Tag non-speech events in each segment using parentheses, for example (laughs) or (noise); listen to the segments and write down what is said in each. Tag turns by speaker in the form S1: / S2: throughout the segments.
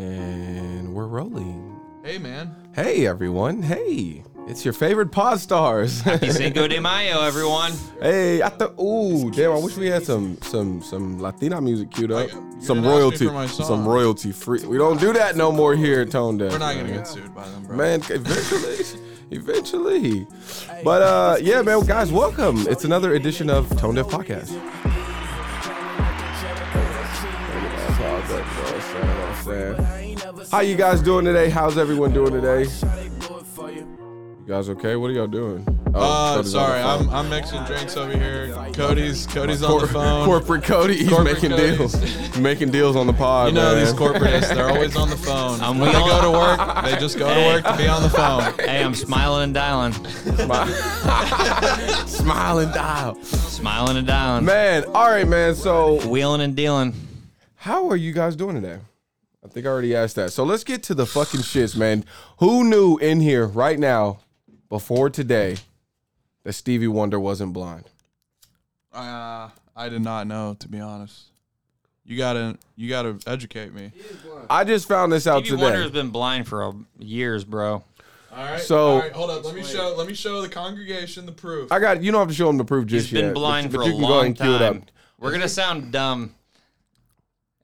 S1: And we're rolling.
S2: Hey, man.
S1: Hey, everyone. Hey, it's your favorite Pod Stars.
S3: Happy Cinco de Mayo, everyone.
S1: (laughs) hey, I thought. Ooh, damn! I wish we had some some some Latina music queued up.
S2: Like, you
S1: Some
S2: didn't ask me
S1: royalty.
S2: for my song.
S1: Some royalty free. We don't do that no more here at Tone Deaf.
S2: We're not going to
S1: man.
S2: get sued by them, bro.
S1: Man, eventually, eventually. But uh, yeah, man, guys, welcome. It's another edition of Tone Deaf Podcast. How you guys doing today? How's everyone doing today? You guys okay? What are y'all doing? Oh, Cody's
S2: Uh,
S1: on the
S2: sorry, I'm,
S1: phone.
S2: I'm mixing drinks over here. Cody's Cody's on
S1: (laughs) Cor-
S2: the phone.
S1: corporate Cody. He's
S2: Corporate
S1: making
S2: Cody's.
S1: deals, making deals on the pod.
S2: you know
S1: man.
S2: these corporatists, they're always on the
S3: (laughs)
S2: phone.
S3: Um,
S2: when
S3: we
S2: they
S3: all-
S2: go to work, they just go to work to be on the phone.
S3: Hey, I'm smiling and dialing.
S1: smiling dial.
S3: Smiling and dialing.
S1: Man, all right, man. So
S3: Wheeling and dealing.
S1: How are you guys doing today? I think I already asked that. So let's get to the fucking shits, man. Who knew in here right now, before today, that Stevie Wonder wasn't blind?
S2: Uh, I did not know, to be honest. You gotta you gotta educate me.
S1: I just found this out
S3: Stevie Wonder
S1: today.
S3: has been blind for uh, years, bro.
S2: All right.
S1: So-
S2: all right, hold up. Let me show let me show the congregation the proof.
S1: I got you. Don't have to show him the proof just
S3: He's been
S1: yet, but-
S3: blind
S1: but
S3: for
S1: you
S3: a
S1: can go ahead
S3: long
S1: and cue it
S3: time.
S1: up.
S3: We're gonna sound dumb.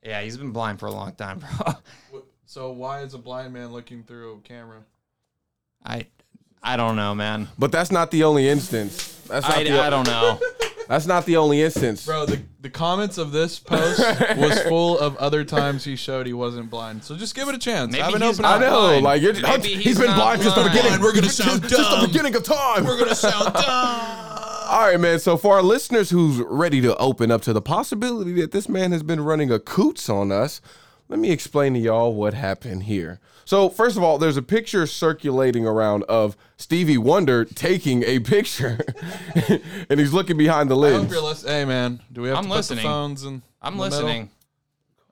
S3: Yeah, he's been blind for a long time, bro. (laughs)
S2: So why is a blind man looking through a camera?
S3: I, I don't know, man.
S1: But that's not the only instance. That's not,
S3: I,
S1: the,
S3: I
S1: (laughs)
S3: don't know.
S1: that's not the only instance.
S2: Bro, the, the comments of this post was
S3: (laughs)
S2: full of other times he showed he wasn't blind. So just give it a chance.
S3: Maybe
S2: Have an
S3: he's
S2: open
S1: I
S3: not
S2: eye.
S1: know.
S3: blind.
S1: Like you're,
S3: Maybe
S1: he's
S3: he's
S1: been
S3: not
S1: blind since the
S3: blind.
S1: beginning.
S3: We're gonna
S1: Just-
S3: sound
S1: just the
S3: dumb.
S1: beginning of time.
S3: We're
S1: (laughs)
S3: gonna sound dumb.
S1: All right, man. So for our listeners who's ready to open up to the possibility that this man has been running a coots on us, let me explain to y'all what happened here. So first of all, there's a picture circulating around of Stevie Wonder taking a picture, (laughs) and he's looking behind the
S2: I hope
S1: lens.
S2: you're listening. Hey, man, do we have
S3: I'm
S2: to put
S3: listening.
S2: the phones in?
S3: I'm
S2: the middle?
S3: listening.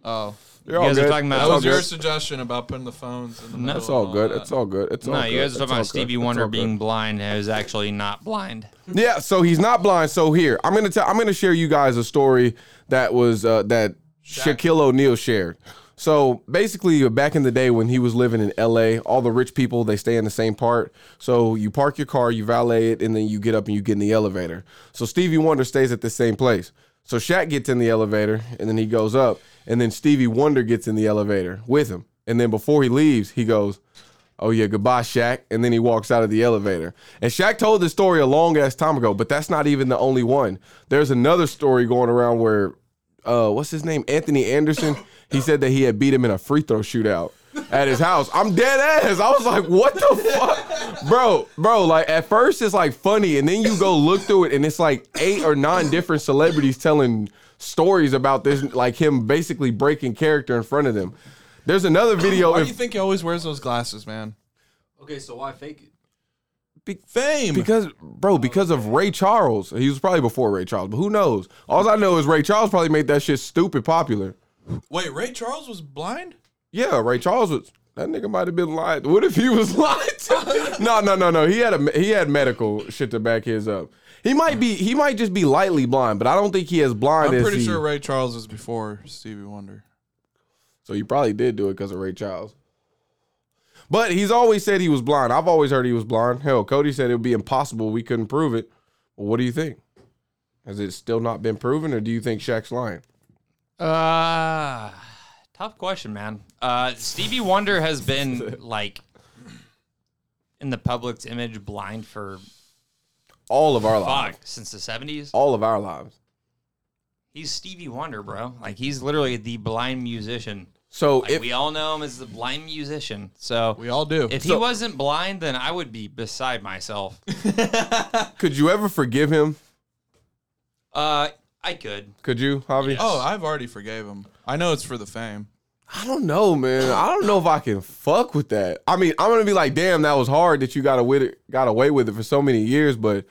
S2: Oh,
S1: They're all
S3: You guys are
S1: good.
S3: talking about-
S1: It's
S2: that
S1: all
S2: was your
S1: good.
S2: suggestion about putting the phones in the middle.
S3: That's
S1: It's all
S2: and
S1: good.
S2: that.
S1: It's all good. It's all
S3: No,
S1: good.
S3: you guys are
S1: It's
S3: talking
S1: all
S3: about
S1: good.
S3: Stevie
S1: It's
S3: Wonder
S1: all good.
S3: being blind and he was actually not blind.
S1: Yeah, so he's not blind. So here, I'm gonna tell, I'm gonna share you guys a story that was uh, that Shaquille O'Neal shared. So basically, uh, back in the day when he was living in L.A., all the rich people they stay in the same part. So you park your car, you valet it, and then you get up and you get in the elevator. So Stevie Wonder stays at the same place. So Shaq gets in the elevator and then he goes up, and then Stevie Wonder gets in the elevator with him. And then before he leaves, he goes, Oh yeah, goodbye, Shaq. And then he walks out of the elevator. And Shaq told this story a long ass time ago, but that's not even the only one. There's another story going around where uh what's his name? Anthony Anderson. He said that he had beat him in a free throw shootout at his house. I'm dead ass. I was like, what the fuck? Bro, bro, like at first it's like funny, and then you go look through it and it's like eight or nine different celebrities telling stories about this, like him basically breaking character in front of them. There's another video
S2: Why
S1: if-
S2: do you think he always wears those glasses, man?
S4: Okay, so why fake it?
S2: Fame.
S1: Because, bro, because of Ray Charles. He was probably before Ray Charles, but who knows? All I know is Ray Charles probably made that shit stupid popular.
S2: Wait, Ray Charles was blind?
S1: Yeah, Ray Charles was. That nigga might have been lied. What if he was (laughs) lied to? no, no, no, no. He had a he had medical shit to back his up. He might be he might just be lightly blind, but I don't think he is blind
S2: I'm
S1: as
S2: pretty
S1: he.
S2: sure Ray Charles was before Stevie Wonder.
S1: so he probably did do it because of Ray Charles. But he's always said he was blind. I've always heard he was blind. Hell, Cody said it would be impossible. We couldn't prove it. Well, what do you think? Has it still not been proven, or do you think Shaq's lying?
S3: Uh, tough question, man. Uh, Stevie Wonder
S1: (laughs)
S3: has been like in the public's image blind for
S1: all of our lives.
S3: fuck since the 70s.
S1: All of our lives.
S3: He's Stevie Wonder, bro. Like he's literally the blind musician.
S1: So
S3: Like,
S1: if
S3: we all know him as the blind musician. So
S2: We all do.
S3: if he
S1: So-
S3: wasn't blind, then I would be
S1: (laughs)
S3: beside myself.
S1: could you ever forgive him?
S3: Uh, I could.
S1: Could you, Javi?
S2: oh, I've already forgave him. I know it's for the fame.
S1: I don't know, man. I don't know if I can fuck with that. I mean, I'm gonna be like, damn, that was hard that you got away it, got away with it for so many years, but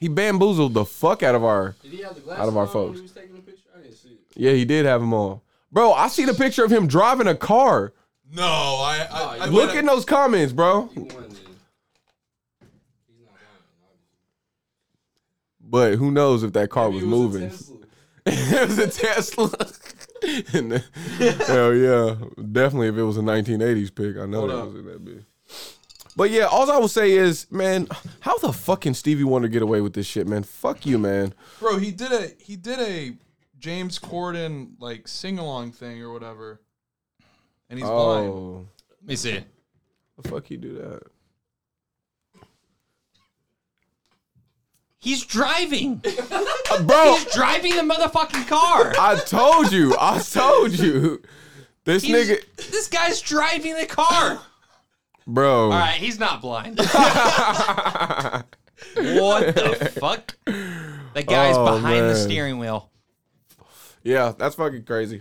S1: he bamboozled the fuck out of our.
S4: Did he have the glasses
S1: Out of our
S4: on when
S1: folks.
S4: he was taking the picture? I didn't see it.
S1: Yeah, he did have him on, bro. I see the picture of him driving a car.
S2: No, I, I, I
S1: Look in those comments, bro.
S4: He won then. He's not
S1: But who knows if that car (laughs)
S4: lying.
S1: was moving? it was a Tesla. (laughs) And then- Hell yeah. Definitely if it was a 1980s pick. I know
S2: Hold
S1: that
S2: up.
S1: wasn't that big. But yeah, all I will say is, man, how the fuck can Stevie Wonder get away with this shit, man? Fuck you, man.
S2: Bro, he did a he did a James Corden like sing along thing or whatever, and he's blind.
S1: oh.
S3: Let me see.
S1: The fuck you do that?
S3: He's driving.
S1: Uh,
S2: (laughs)
S1: bro,
S3: He's driving the motherfucking car.
S1: I told you. I told you. This (laughs)
S3: He's-
S1: nigga,
S3: This guy's driving the car.
S1: bro.
S3: All right, he's
S1: (laughs)
S3: not blind. what the fuck? The guy's
S1: Oh,
S3: behind the
S1: man.
S3: steering wheel.
S1: Yeah, that's fucking crazy.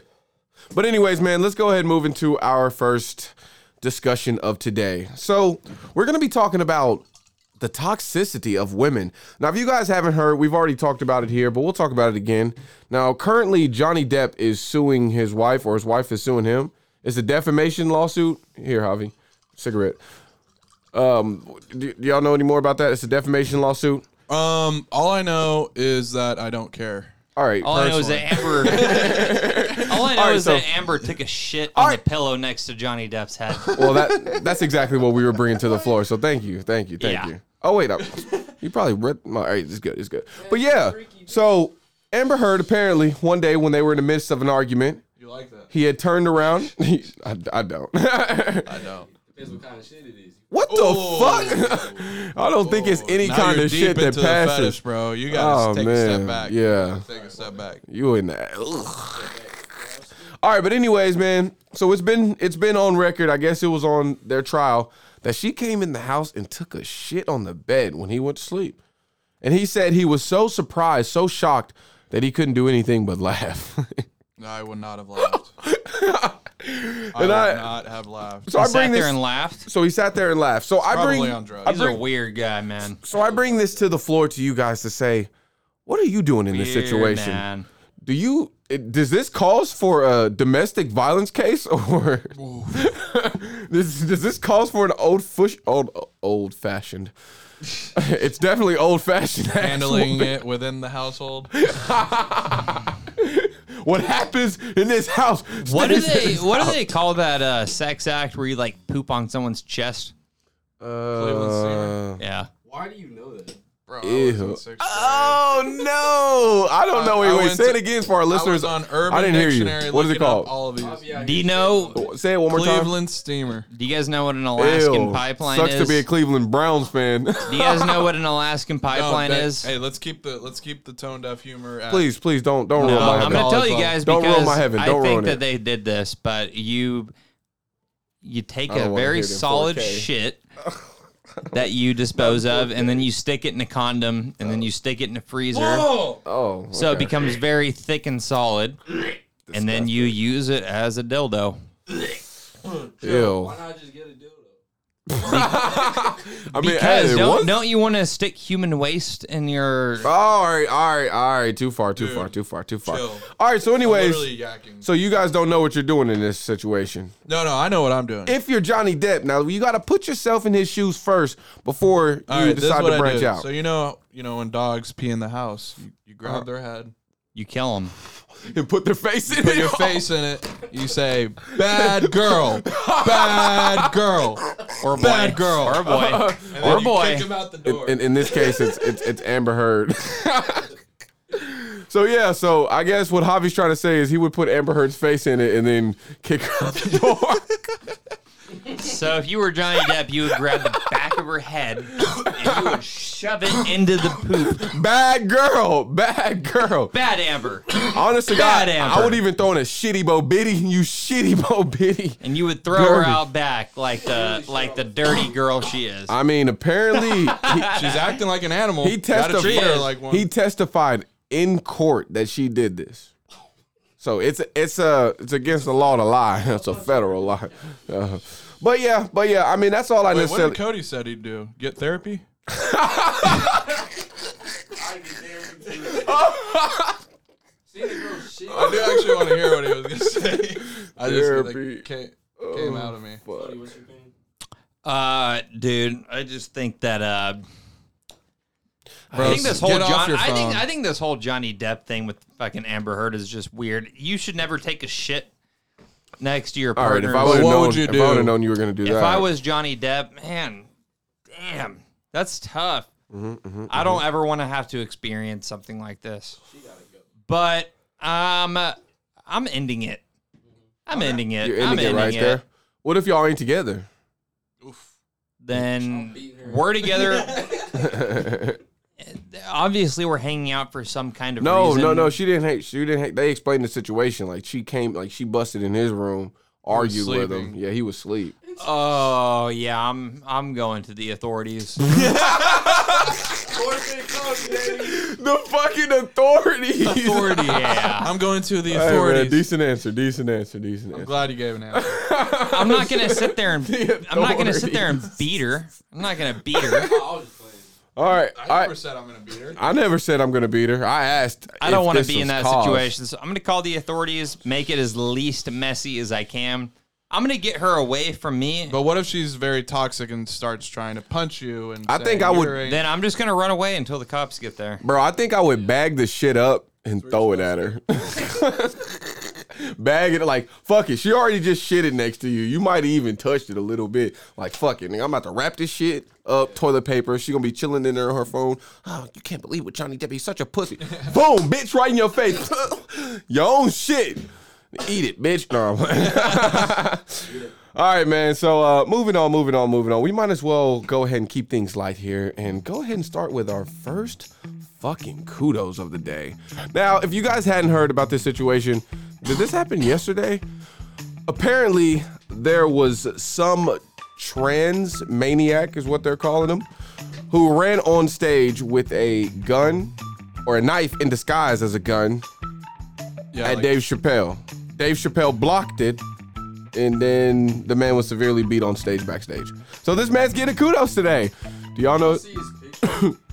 S1: But anyways, man, let's go ahead and move into our first discussion of today. So we're gonna be talking about the toxicity of women. Now, if you guys haven't heard, we've already talked about it here, but we'll talk about it again. Now, currently, Johnny Depp is suing his wife, or his wife is suing him. It's a defamation lawsuit. Here, Javi, cigarette. Um, do, do y'all know any more about that? It's a defamation lawsuit.
S2: Um, all I know is that I don't care.
S1: All right.
S3: All I know is
S1: (laughs)
S3: that Amber. all I know
S1: right,
S3: is
S1: so-
S3: that Amber took a shit on
S1: right.
S3: the pillow next to Johnny
S1: (laughs)
S3: Depp's head.
S1: Well, that that's exactly what we were bringing to the floor. So thank you, thank you, thank
S3: Yeah.
S1: you. Oh wait, I, you probably read. My, all right, it's good, it's good. But yeah, so Amber Heard apparently one day when they were in the midst of an argument,
S2: You like that?
S1: he had turned around. (laughs) He, I, I don't. (laughs)
S2: I don't.
S4: Depends what kind of shit it is.
S1: what the fuck? (laughs) I don't think it's any
S2: Now
S1: kind
S2: you're
S1: of
S2: deep
S1: shit that
S2: into the fetish,
S1: passes.
S2: bro. You gotta
S1: Oh,
S2: take a
S1: man.
S2: step back.
S1: Yeah.
S2: take a step back.
S1: You in that? Ugh. All right, but anyways, man. So it's been it's been on record. I guess it was on their trial that she came in the house and took a shit on the bed when he went to sleep, and he said he was so surprised, so shocked that he couldn't do anything but laugh. (laughs)
S2: No, I would not have laughed. I would
S1: And I-
S2: not have laughed.
S1: so
S3: He
S1: I bring
S3: sat
S1: this.
S3: there and laughed.
S1: so he sat there and laughed. So I
S2: Probably
S1: bring.
S2: on drugs.
S1: I
S3: He's a
S1: bring
S3: weird guy, man.
S1: so I bring this to the floor to you guys to say, what are you doing in this
S3: Weird
S1: situation? (laughs)
S3: man.
S1: Do you? It, does this cause for a domestic violence case, (laughs) or this, does this cause for an old fush, old old fashioned? (laughs) it's definitely old fashioned. (laughs)
S2: Handling it within the household.
S1: what happens in this house?
S3: What do
S1: stays in
S3: they?
S1: this
S3: What do
S1: house.
S3: they call that uh, sex act where you like poop on someone's chest?
S1: (laughs) Uh,
S3: Yeah.
S4: Why do you know that?
S2: Bro, I was in
S1: Ew.
S2: sixth grade.
S1: oh no! I don't know.
S2: I- I
S1: Wait, wait.
S2: went
S1: Say it
S2: to-
S1: again for our
S2: I
S1: listeners.
S2: was on Urban
S1: I didn't hear
S2: Dictionary.
S1: you. What is it
S2: looking up
S1: called?
S2: all of
S4: I'll be
S2: these?
S4: out here
S3: Dino,
S1: Say it one more time.
S2: Cleveland steamer.
S3: do you guys know what an Alaskan
S1: Ew,
S3: pipeline
S1: sucks
S3: is?
S1: to be a Cleveland Browns fan. (laughs)
S3: do you guys know what an Alaskan
S2: No,
S3: pipeline
S2: Oh, that-
S3: is?
S2: Hey, let's keep the let's keep the tone deaf humor. At,
S1: please, please don't don't
S3: No,
S1: ruin my.
S3: I'm
S1: heaven.
S3: gonna
S2: heaven.
S3: tell you
S2: Dollar
S3: guys
S1: Don't ruin
S3: because
S1: my heaven. Don't
S3: I think
S1: ruin it.
S3: that they did this, but you you take
S1: don't
S3: a
S1: wanna
S3: very
S1: hear it in
S3: solid
S1: 4K.
S3: shit
S1: (laughs)
S3: that you dispose of, and then you stick it in a condom, and then you stick it in a freezer,
S2: Oh,
S1: Oh,
S3: so it
S1: okay.
S3: becomes very thick and solid, and then you use it as a dildo.
S1: Ew.
S2: (laughs)
S4: Why not just get a dildo?
S1: I mean,
S3: Because
S1: hey,
S3: don't
S1: what?
S3: don't you want to stick human waste in your?
S1: all right, all right, all right. Too far, too
S2: Dude,
S1: far, too far, too far.
S2: chill.
S1: All right. So, anyways,
S2: literally yakking.
S1: so you guys don't know what you're doing in this situation.
S2: No, no, I know what I'm doing.
S1: If you're Johnny Depp, now you got to put yourself in his shoes first before you
S2: all right, this is
S1: decide
S2: what
S1: to
S2: I
S1: branch
S2: do.
S1: out.
S2: So you know, you know, when dogs pee in the house, you, you grab
S1: Uh-huh.
S2: their head,
S3: You kill them.
S1: and put their face in
S2: put
S1: it. (laughs)
S2: your face in it, you say, "Bad girl, bad girl, or bad girl."
S1: (laughs)
S3: Or
S2: And
S3: a boy. Or
S2: then you
S3: boy.
S2: kick him out the door.
S1: In, in this case, it's it's, it's Amber Heard. (laughs) so yeah, so I guess what Javi's trying to say is he would put Amber Heard's face in it and then kick her out the door.
S3: So if you were Johnny Depp, you would grab the back of her head and you would shove it into the poop.
S1: bad girl, bad girl.
S3: Bad Amber.
S1: Honestly, God,
S3: God,
S1: I
S3: Amber.
S1: would even throw in a shitty Bo Biddy. You shitty Bo Biddy.
S3: And you would throw her
S1: Dirty.
S3: out back like the like the dirty girl she is.
S1: I mean, apparently
S2: (laughs) She's acting like an animal.
S1: he, he
S2: You gotta treat her
S1: testified.
S2: like one.
S1: he testified in court that she did this. So it's it's a it's against the law to lie. (laughs) It's a federal lie. Uh, but yeah, but yeah. I mean, that's all I
S2: Wait, what did
S1: necessarily.
S2: Cody said he'd do? Get therapy?
S4: I get there. See the girl shit.
S2: I do actually want to hear what he was gonna say. I just
S1: Therapy. Oh.
S2: like, came, came out of me.
S4: Cody, what's your opinion?
S3: Uh dude, I just think that uh I think this whole
S2: get off
S3: John,
S2: your
S3: I think
S2: phone.
S3: I think this whole Johnny Depp thing with fucking Amber Heard is just weird. You should never take a shit next to your
S1: All right,
S3: partner.
S1: if I would have
S2: what
S1: known,
S2: would you
S1: if I
S2: do?
S1: would have known you were gonna do
S3: If
S1: that,
S3: I was Johnny Depp, man, damn, that's tough.
S1: Mm-hmm,
S3: I don't ever want to have to experience something like this. But um, I'm ending it. I'm ending it.
S1: you're
S3: I'm
S1: ending it
S3: ending
S1: right
S3: it.
S1: there. What if y'all ain't together?
S3: Then
S4: beating her.
S3: we're together. (laughs) Obviously, we're hanging out for some kind of
S1: No,
S3: reason.
S1: no, no. She didn't hate. She didn't hate. They explained the situation. Like she came. Like she busted in his room, argued with him.
S2: sleeping.
S1: Yeah, he was asleep.
S3: Oh yeah, I'm I'm going to
S1: (laughs)
S3: the authorities.
S1: the fucking authorities.
S3: Authority, yeah.
S2: I'm going to
S1: (laughs)
S2: the
S1: Hey, man,
S2: authorities.
S1: decent answer. Decent answer. Decent
S2: I'm
S1: answer.
S2: glad you gave an answer. (laughs)
S3: I'm not gonna sit
S1: (laughs)
S3: there and I'm not gonna sit there and beat her. I'm not gonna beat her.
S1: All right.
S2: I
S1: I,
S2: never said I'm gonna beat her.
S1: I never said I'm gonna beat her. I asked.
S3: I don't
S1: want to
S3: be in that situation, so I'm gonna call the authorities. Make it as least messy as I can. I'm gonna get her away from me.
S2: But what if she's very toxic and starts trying to punch you? And
S1: I
S2: say,
S1: think I would-
S2: "You're a-"
S3: Then I'm just gonna run away until the cops get there.
S1: Bro, I think I would bag the shit up and throw it at her. (laughs) bag it like fuck it. She already just shitted next to you. You might have even touched it a little bit. Like fuck it, nigga. I'm about to wrap this shit up. Toilet paper. She gonna be chilling in there on her phone. Oh, you can't believe what Johnny Depp. He's such a pussy. Boom, bitch, right in your face. (laughs) your own shit. Eat it, bitch. No. All right, man. So uh, moving on, moving on, moving on. We might as well go ahead and keep things light here and go ahead and start with our first fucking kudos of the day. Now, if you guys hadn't heard about this situation, did this happen yesterday? Apparently, there was some trans maniac, is what they're calling him, who ran on stage with a gun or a knife in disguise as a gun
S2: yeah,
S1: at
S2: like,
S1: Dave Chappelle. Dave Chappelle blocked it, and then the man was severely beat on stage backstage. So this man's getting kudos today. Do y'all know?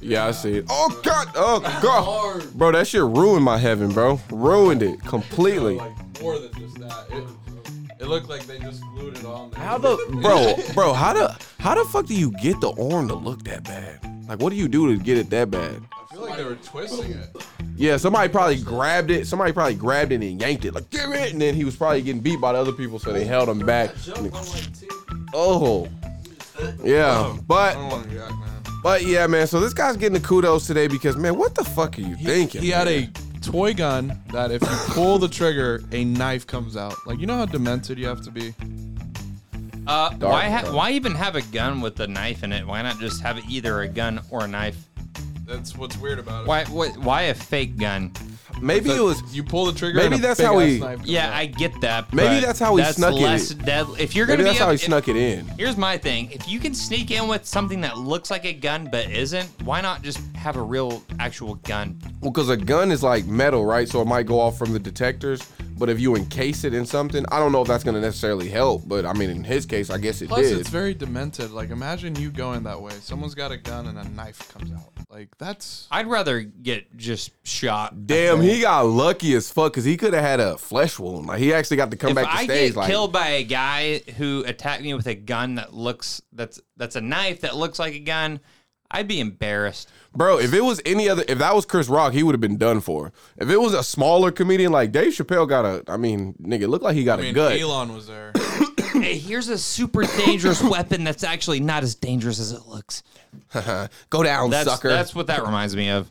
S1: Yeah, I see it. Oh god, oh god, bro, that shit ruined my heaven, bro. Ruined it completely,
S2: like more than just that. It, it looked like they just glued it on there.
S1: How the bro, bro, how the how the fuck do you get the arm to look that bad? Like, what do you do to get it that bad?
S2: I feel like they were twisting it.
S1: Yeah, somebody probably grabbed it. Somebody probably grabbed it and yanked it. Like, give it! And then he was probably getting beat by the other people, so they held him back. Oh. Yeah.
S2: I
S1: But
S2: don't want to react, man.
S1: but yeah, man. So this guy's getting the kudos today because man, what the fuck are you thinking?
S2: He had
S1: man?
S2: a toy gun that if you pull the trigger, a knife comes out. Like you know how demented you have to be.
S3: Uh,
S1: Mm, Dark,
S3: why ha-
S1: dark.
S3: why even have a gun with a knife in it? Why not just have either a gun or a knife?
S2: That's what's weird about it.
S3: Why what, why a fake gun?
S1: maybe it was
S2: you pull the trigger.
S1: Maybe
S2: and a
S1: that's
S2: big
S1: how
S2: ass
S1: he-
S2: knife comes
S3: Yeah,
S2: out.
S3: I get that.
S1: Maybe
S3: but
S1: that's how he
S3: that's
S1: snuck it
S3: less
S1: in.
S3: deadly. If you're gonna
S1: maybe
S3: be
S1: that's
S3: up-
S1: how he
S3: if-
S1: snuck it in.
S3: Here's my thing. If you can sneak in with something that looks like a gun but isn't, why not just have a real actual gun?
S1: Well, because a gun is like metal, right? So it might go off from the detectors. But if you encase it in something, I don't know if that's gonna necessarily help. But I mean, in his case, I guess it
S2: Plus,
S1: did.
S2: it's very demented. Like, imagine you going that way. Someone's got a gun and a knife comes out. Like, that's.
S3: I'd rather get just shot.
S1: Damn, he got lucky as fuck because he could have had a flesh wound. Like he actually got to come
S3: If
S1: back to
S3: I
S1: stage.
S3: get
S1: like
S3: killed by a guy who attacked me with a gun that looks that's that's a knife that looks like a gun, I'd
S1: (coughs)
S3: be embarrassed.
S1: Bro, if it was any other, if that was Chris Rock, he would have been done for. If it was a smaller comedian like Dave Chappelle, got a, I mean, nigga, looked like he got
S2: I
S1: a
S2: mean,
S1: gut.
S2: Elon was there.
S3: Hey, here's a super
S1: (coughs)
S3: dangerous weapon that's actually not as dangerous as it looks.
S1: Go down,
S3: That's
S1: sucker.
S3: that's what that reminds me of.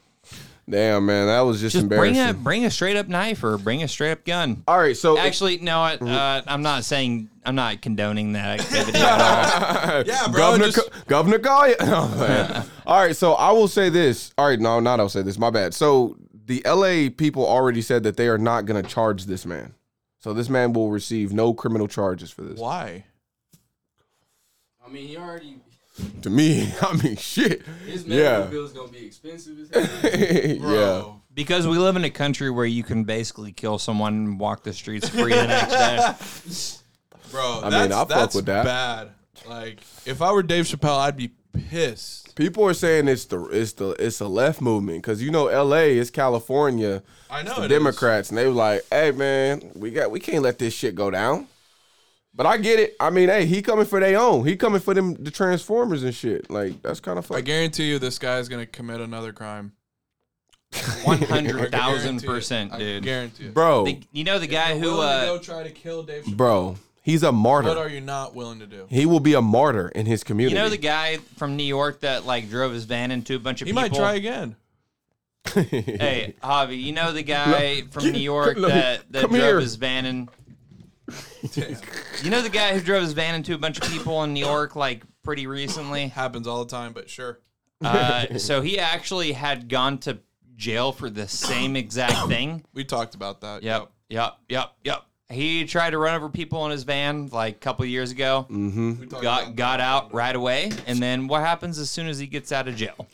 S1: Damn, man, that was just,
S3: Just bring
S1: embarrassing.
S3: a bring a straight up knife or bring a straight up gun.
S1: All right, so
S3: Actually, no, I, uh, I'm not saying I'm not condoning that
S1: (laughs)
S3: activity at all.
S2: yeah,
S1: uh, Governor, Co- Governor (laughs) Goya. Oh,
S3: (laughs)
S1: man. All right, so I will say this. All right, no, not I'll say this. My bad. So the LA people already said that they are not going to charge this man. So this man will receive no criminal charges for this.
S2: Why?
S4: I mean, he already.
S1: To me, (laughs) I mean, shit.
S4: His medical
S1: Yeah.
S4: bill is gonna be expensive as hell.
S1: yeah.
S2: Bro.
S3: Because we live in a country where you can basically kill someone and walk the streets free the
S1: (laughs)
S3: next day.
S2: Bro,
S1: mean,
S2: that's,
S1: I fuck
S2: that's
S1: with that.
S2: bad. Like, if I were Dave Chappelle, I'd be pissed.
S1: People are saying it's the it's the it's the left movement because you know L.A. is California,
S2: I know
S1: it's the
S2: it is.
S1: Democrats, and they were like, "Hey man, we got we can't let this shit go down." But I get it. I mean, hey, he coming for their own. He coming for them the Transformers and shit. Like that's kind of
S2: I
S1: fucking.
S2: guarantee you, this guy's gonna commit another crime.
S3: One
S2: I
S3: hundred thousand
S2: guarantee it.
S3: percent,
S2: I
S3: dude.
S2: guarantee it.
S1: bro,
S3: The- you know the guy
S2: You're
S3: who
S2: willing to
S3: uh,
S2: go try to kill Dave. Chappelle.
S1: bro, he's a
S2: What
S1: martyr.
S2: are you not willing to do?
S1: He will be a martyr in his
S3: you
S1: community.
S3: know the guy from New York that like drove his van into a bunch of
S2: He
S3: people.
S2: might try again.
S1: (laughs)
S3: Hey, Javi, you know the guy from New York
S1: no,
S3: that, that
S1: come
S3: drove
S1: here.
S3: his van in. you know the guy who drove his van into a bunch of people in New York like pretty recently.
S2: Happens all the time, but sure.
S3: Uh, so he actually had gone to jail for the same exact thing.
S2: We talked about that.
S3: Yep, yep, yep, yep. He tried to run over people in his van like a couple years ago.
S2: We talked
S3: Got
S2: about
S3: got out right away, and then what happens as soon as he gets out of jail?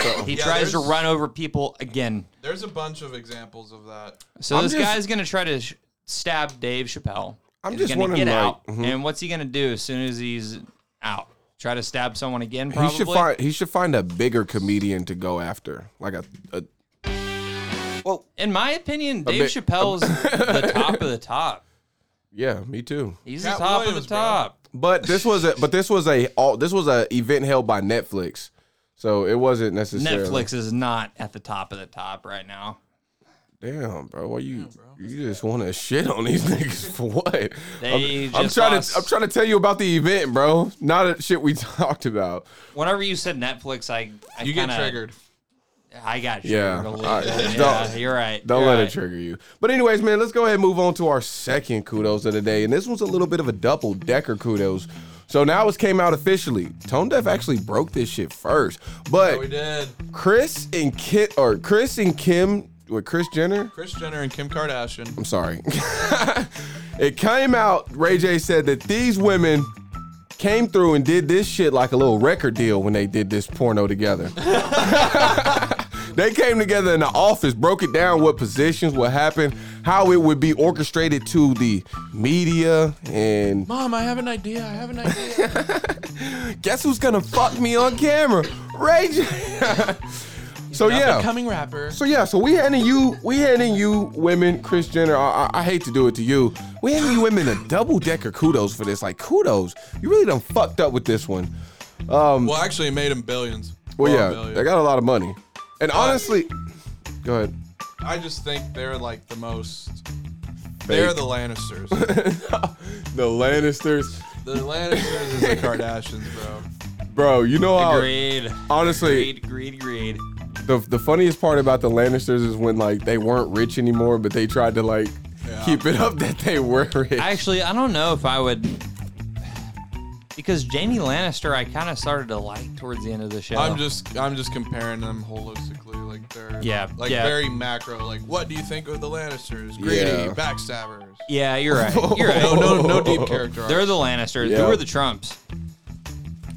S1: So-
S3: he
S2: Yeah,
S3: tries to
S2: there's-
S3: run over people again.
S2: that. There's a bunch of examples of that.
S3: So
S1: I'm
S3: this
S1: just-
S3: guy's gonna try to sh- stab Dave Chappelle.
S1: I'm
S3: He's
S1: just
S3: gonna
S1: wondering,
S3: get
S1: like, mm-hmm.
S3: out, and what's he gonna do as soon as he's out? Try to stab someone again?
S1: he
S3: Probably.
S1: should find he should find a bigger comedian to go after. Like a, a
S3: In my opinion, Dave
S1: bit- (laughs)
S3: Chappelle's the top of the top.
S1: yeah, me too.
S3: He's
S2: Cat
S3: the top
S2: Williams,
S3: of the
S2: bro.
S3: top.
S1: But this was a but this was a all this was a event held by Netflix, so it wasn't necessarily
S3: Netflix is not at the top of the top right now.
S1: Damn, bro, why you you just want to shit on these (laughs) niggas for what?
S3: They
S1: I'm, I'm
S3: just
S1: trying
S3: lost-
S1: to I'm trying to tell you about the event, bro. Not a shit we (laughs) talked about.
S3: Whenever you said Netflix, I, I
S2: You
S3: kinda,
S2: get triggered.
S3: I got triggered
S1: Yeah,
S3: a little
S1: I- (laughs)
S3: bit.
S1: don't-
S3: Yeah, you're right.
S1: Don't
S3: you're
S1: let
S3: right.
S1: it trigger you. But anyways, man, let's go ahead and move on to our second kudos of the day, and this one's a little bit of a double decker kudos. So now it's came out officially. Tone Deaf actually broke this shit first, but
S2: We did.
S1: Chris and Kim or Chris and Kim with Chris Jenner.
S2: Chris Jenner and Kim Kardashian.
S1: I'm sorry. (laughs) it came out. Ray J said that these women came through and did this shit like a little record deal when they did this porno together. (laughs) they came together in the office, broke it down what positions, what happened, how it would be orchestrated to the media, and
S2: Mom, I have an idea. I have
S1: (laughs)
S2: an idea.
S1: guess who's gonna fuck me on camera? Ray J. (laughs) so yeah.
S2: Coming rapper.
S1: So yeah, so we handing you, we handing you women, Chris Jenner. I, I, I hate to do it to you. We handing you women a double decker kudos for this. Like kudos, you really done fucked up with this one.
S2: Well, actually, it made him billions.
S1: Um, Well,
S2: Well,
S1: yeah,
S2: billion.
S1: they got a lot of money, and honestly, go ahead.
S2: I just think they're like the most. They're
S1: (laughs)
S2: the Lannisters.
S1: The Lannisters,
S2: the Lannisters is the Kardashians, bro.
S1: bro. You know how?
S3: Agreed.
S1: Honestly,
S3: Agreed, agreed, agreed.
S1: the the funniest part about the Lannisters is when like they weren't rich anymore, but they tried to like
S2: Yeah.
S1: keep it up that they were rich.
S3: Actually, I don't know if I would. Because Jamie Lannister, I kind of started to like towards the end of the show.
S2: I'm just I'm just comparing them holistically, like they're
S3: Yeah,
S2: like
S3: yeah.
S2: very macro. Like, what do you think of the Lannisters? Greedy,
S1: Yeah.
S2: backstabbers.
S3: Yeah,
S1: (laughs)
S3: you're right. You're right.
S2: No, no, no deep character.
S3: They're
S2: arc.
S3: the Lannisters.
S1: Yeah.
S3: Who are the Trumps?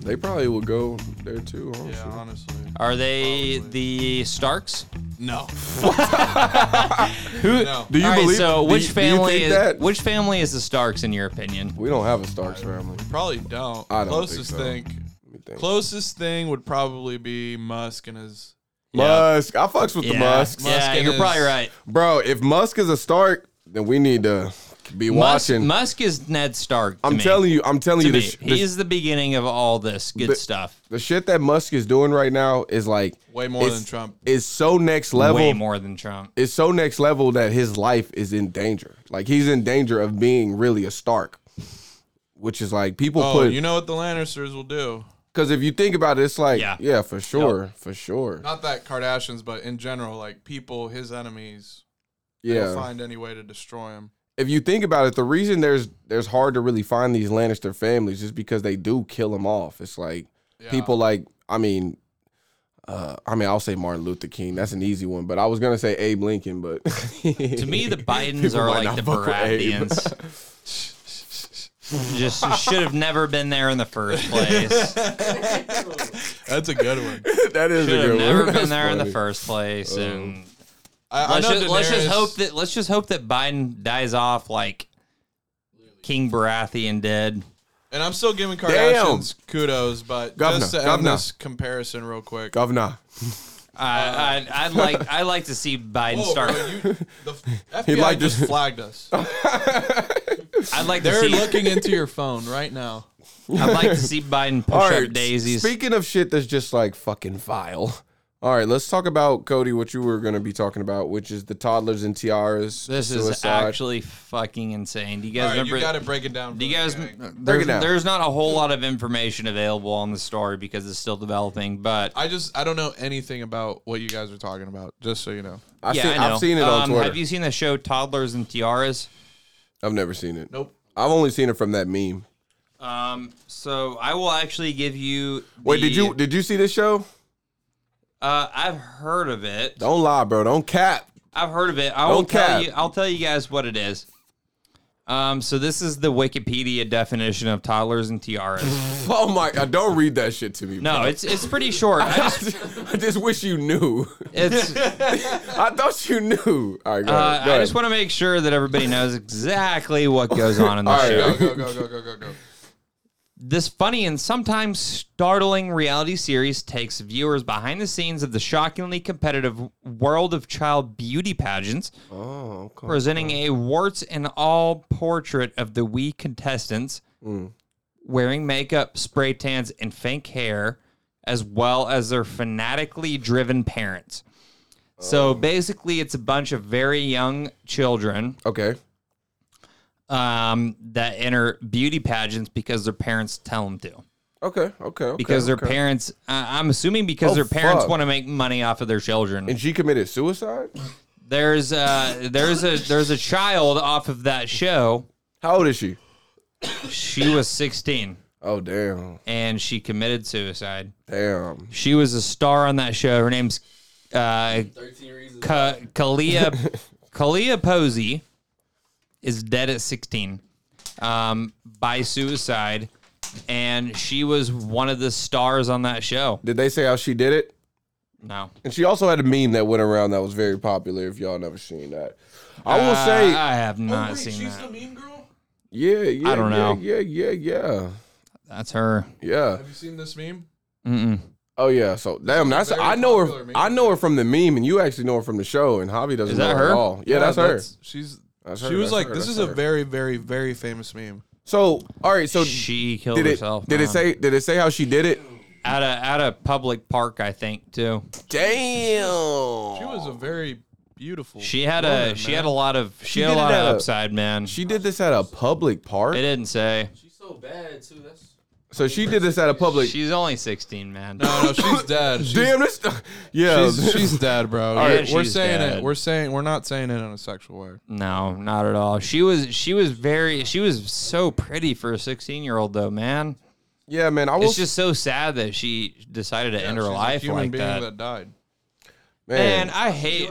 S1: they probably would go there too. Honestly.
S2: yeah, honestly,
S3: Are they the Starks?
S2: no.
S3: Who?
S2: No.
S1: Do you
S3: All right,
S1: believe?
S3: so
S1: do you-
S3: which
S1: do you
S3: family
S1: think
S3: is
S1: that?
S3: which family is the Starks in your opinion?
S1: We don't have a Starks family.
S2: Probably don't.
S1: I don't think
S2: closest
S1: so.
S2: thing,
S1: Let me think.
S2: closest thing would probably be Musk and his.
S1: Musk. I fucks with
S3: Yeah,
S1: the Musk.
S3: yeah
S2: Musk
S3: you're
S2: is-
S3: probably right.
S1: Bro, if Musk is a Stark, then we need to be
S3: Musk,
S1: watching.
S3: Musk is Ned Stark. To
S1: I'm
S3: me.
S1: telling you, I'm telling
S3: To
S1: you, the,
S3: me.
S1: sh- the,
S3: he's the beginning of all this good
S1: The-
S3: stuff.
S1: the shit that Musk is doing right now is like
S2: Way more
S1: it's-
S2: than Trump.
S1: It's so next level.
S3: Way more than Trump.
S1: It's so next level that his life is in danger. Like he's in danger of being really a Stark, which is like people
S2: Oh,
S1: put
S2: you know what the Lannisters will do?
S1: because if you think about it, it's like yeah,
S3: Yeah.
S1: for sure, for sure,
S2: Not that Kardashians, but in general, like people, his enemies,
S1: yeah.
S2: will find any way to destroy him.
S1: if you think about it, the reason there's there's hard to really find these Lannister families is because they do kill them off. It's like
S2: Yeah.
S1: people like I mean, uh, I mean I'll say Martin Luther King. That's an easy one, but I was gonna say Abe Lincoln, but
S3: To me, the
S1: (laughs)
S3: Bidens
S1: People
S3: are
S1: might
S3: like
S1: not
S3: the
S1: fuck with Abe.
S3: Baratheons.
S1: (laughs)
S3: Just should have never been there in the first place. Should
S2: That's a good one.
S1: (laughs) that is a
S3: have
S1: good
S3: never
S1: one.
S3: been
S1: That's
S3: there in the
S1: funny. Oh.
S3: first place. And
S2: I, I
S3: let's
S2: know
S3: just, let's just
S2: Daenerys-
S3: hope that let's just hope that Biden dies off like King Baratheon did.
S2: and I'm still giving Kardashians kudos, but
S1: Governor,
S2: just to end
S1: governor.
S2: this comparison real quick.
S1: Governor.
S3: I, I, I'd
S1: Uh, (laughs)
S3: like I'd like
S2: Oh,
S3: to see Biden
S2: Whoa,
S3: start.
S2: bro, you, the f-
S1: (laughs)
S2: FBI
S1: liked Oh,
S2: just
S1: it.
S2: flagged us.
S3: I'd like to
S2: They're
S3: see.
S2: looking into your phone right now.
S3: I'd
S1: (laughs)
S3: like to see Biden push
S1: All right.
S3: up daisies.
S1: Speaking of shit that's just like fucking vile. All right, let's talk about Cody. What you were going to be talking about, which is the toddlers and tiaras.
S3: this is
S1: suicide.
S3: actually fucking insane. Do you guys
S2: All right,
S3: remember?
S2: you got to break it down.
S3: do you
S2: for the
S3: guys?
S2: gang.
S1: Break it
S3: There's,
S1: down.
S3: there's not a whole lot of information available on the story because it's still developing. But
S2: I just I don't know anything about what you guys are talking about. Just so you know.
S1: I've
S3: yeah,
S1: seen,
S3: I know.
S1: I've seen it on
S3: Um,
S1: Twitter.
S3: Have you seen the show Toddlers and Tiaras?
S1: I've never seen it.
S2: Nope.
S1: I've only seen it from that meme.
S3: Um, so I will actually give you.
S1: Wait,
S3: the-
S1: did you did you see this show?
S3: Uh, I've heard of it.
S1: Don't lie, bro. Don't cap. (laughs)
S3: I've heard of it. I will
S1: Don't
S3: tell
S1: cap.
S3: you. I'll tell you guys what it is. Um, so this is the Wikipedia definition of toddlers and (laughs) tiaras.
S1: Oh my! God, don't read that shit to me.
S3: No, it's it's pretty short. I
S1: bro.
S3: just-
S1: (laughs) I just wish you knew. (laughs)
S3: it's uh,
S1: I thought you knew. All right, go ahead. Go
S3: I
S1: ahead.
S3: just want to make sure that everybody knows exactly what goes on in the
S1: All right.
S3: show.
S2: Go go go go go go go.
S3: This funny and sometimes startling reality series takes viewers behind the scenes of the shockingly competitive world of child beauty pageants,
S1: Oh, okay.
S3: presenting a warts and all portrait of the wee contestants
S1: Mm.
S3: wearing makeup, spray tans, and fake hair, as well as their fanatically driven parents. So
S1: Oh.
S3: basically, it's a bunch of very young children
S1: Okay.
S3: um, that enter beauty pageants because their parents tell them to.
S1: Okay. Okay. okay,
S3: Because their
S1: okay.
S3: parents, uh, I'm assuming, because
S1: Oh,
S3: their parents
S1: fuck.
S3: want to make money off of their children.
S1: and she committed suicide.
S3: There's uh, there's a there's a child off of that show.
S1: How old is she?
S3: She was 16
S1: Oh damn,
S3: and she committed suicide.
S1: damn.
S3: She was a star on that show. Her name's uh,
S4: Thirteen reasons.
S3: Ka- Kalia
S1: (laughs)
S3: Kalia Posey is dead at 16 um, by suicide, and she was one of the stars on that show.
S1: Did they say how she did it?
S3: No,
S1: And she also had a meme that went around that was very popular. If y'all never seen that, I will
S3: Uh,
S1: say, Oh,
S3: I have (laughs) not
S2: Wait,
S3: seen
S2: she's
S3: that.
S2: the mean girl.
S1: yeah, yeah,
S3: don't
S1: yeah,
S3: know.
S1: yeah, yeah, yeah,
S3: That's her.
S1: yeah.
S2: Have you seen this meme?
S3: Mm-mm.
S1: Oh yeah. So damn, that's
S2: very
S1: I know her.
S2: popular meme.
S1: I know her from the meme, and you actually know her from the show. And Javi doesn't
S3: Is that
S1: know her
S3: her?
S1: at all. Yeah, that's her.
S2: She's.
S1: That's her,
S2: she was
S1: that's
S2: like,
S1: her,
S2: this
S1: that's
S2: is
S1: her.
S2: a very, very, very famous meme.
S1: So all right, so
S3: she killed
S1: did it?
S3: herself.
S1: did it
S3: man.
S1: say? Did it say how she did it?
S3: at a at a public park? I think too.
S1: Damn.
S2: She was a very beautiful.
S3: She had a
S2: woman,
S3: she
S2: man.
S3: had a lot of she, had a
S1: did it
S3: lot
S1: at
S3: of
S1: a-
S3: upside, man.
S1: She did this at a public park.
S3: They didn't say
S4: She's so bad too. That's
S1: So she did this at a public.
S3: she's only 16, man.
S2: No, no,
S3: (coughs)
S2: she's dead. She's,
S1: Damn this. Yeah.
S2: she's, she's dead, bro.
S3: right,
S2: we're
S3: she's
S2: saying
S3: dead.
S2: it. We're saying we're not saying it in a sexual way.
S3: No, not at all. She was she was very she was so pretty for a 16 year old though, man.
S1: (laughs) yeah, man. I was
S3: It's just so sad that she decided to end her
S2: She's a
S3: life
S2: human
S3: like
S2: being
S3: that.
S2: that. died.
S1: man.
S3: Man, I hate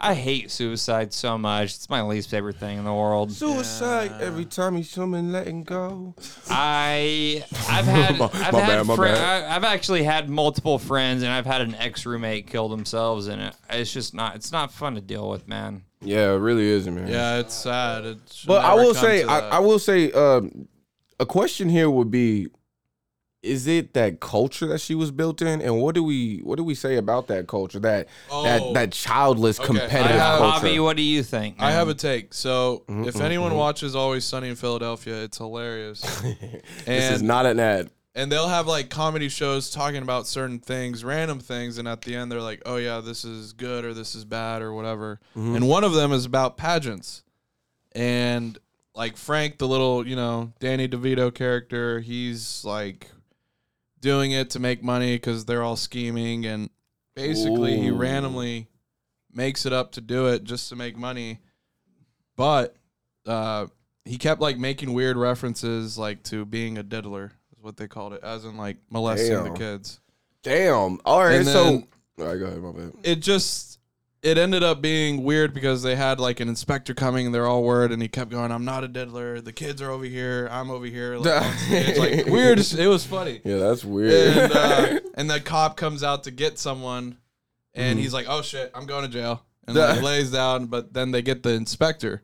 S3: I hate suicide so much. It's my least favorite thing in the world.
S1: Suicide every time he's swimming, letting go.
S3: I I've
S1: (laughs)
S3: had
S1: My-
S3: I've
S1: my
S3: had
S1: bad, my
S3: fri-
S1: bad.
S3: I, I've actually had multiple friends and I've had an ex roommate kill themselves and it, it's just not it's not fun to deal with, man.
S1: Yeah, it really is, man.
S2: Yeah, it's sad. It's
S1: But I will say, I, I will say, um, a question here would be: Is it that culture that she was built in, and what do we what do we say about that culture that that
S2: Oh.
S1: that childless competitive
S2: have-
S1: culture?
S3: Bobby, uh, what do you think?
S2: Oh, I
S3: man?
S2: have a take. So
S3: Mm-hmm,
S2: if anyone watches Always Sunny in Philadelphia, it's hilarious.
S1: (laughs) this is
S2: and-
S1: not an ad.
S2: and they'll have like comedy shows talking about certain things, random things, and at the end they're like, "Oh yeah, this is good or this is bad or whatever."
S1: Mm-hmm.
S2: And one of them is about pageants, and like Frank, the little you know Danny DeVito character, he's like doing it to make money because they're all scheming, and basically he
S1: Ooh.
S2: randomly makes it up to do it just to make money, but. uh he kept like making weird references like to being a diddler is what they called it as in like molesting
S1: Damn.
S2: the kids
S1: Damn. All right,
S2: And
S1: so
S2: then-
S1: all right, go ahead, my bad.
S2: it just it ended up being weird because they had like an inspector coming and they're all worried and he kept going i'm not a diddler the kids are over here i'm over here like, on stage. like weird it was funny
S1: Yeah, that's weird.
S2: and, uh, and the cop comes out to get someone and he's like oh shit i'm going to jail and like, lays down but then they get the inspector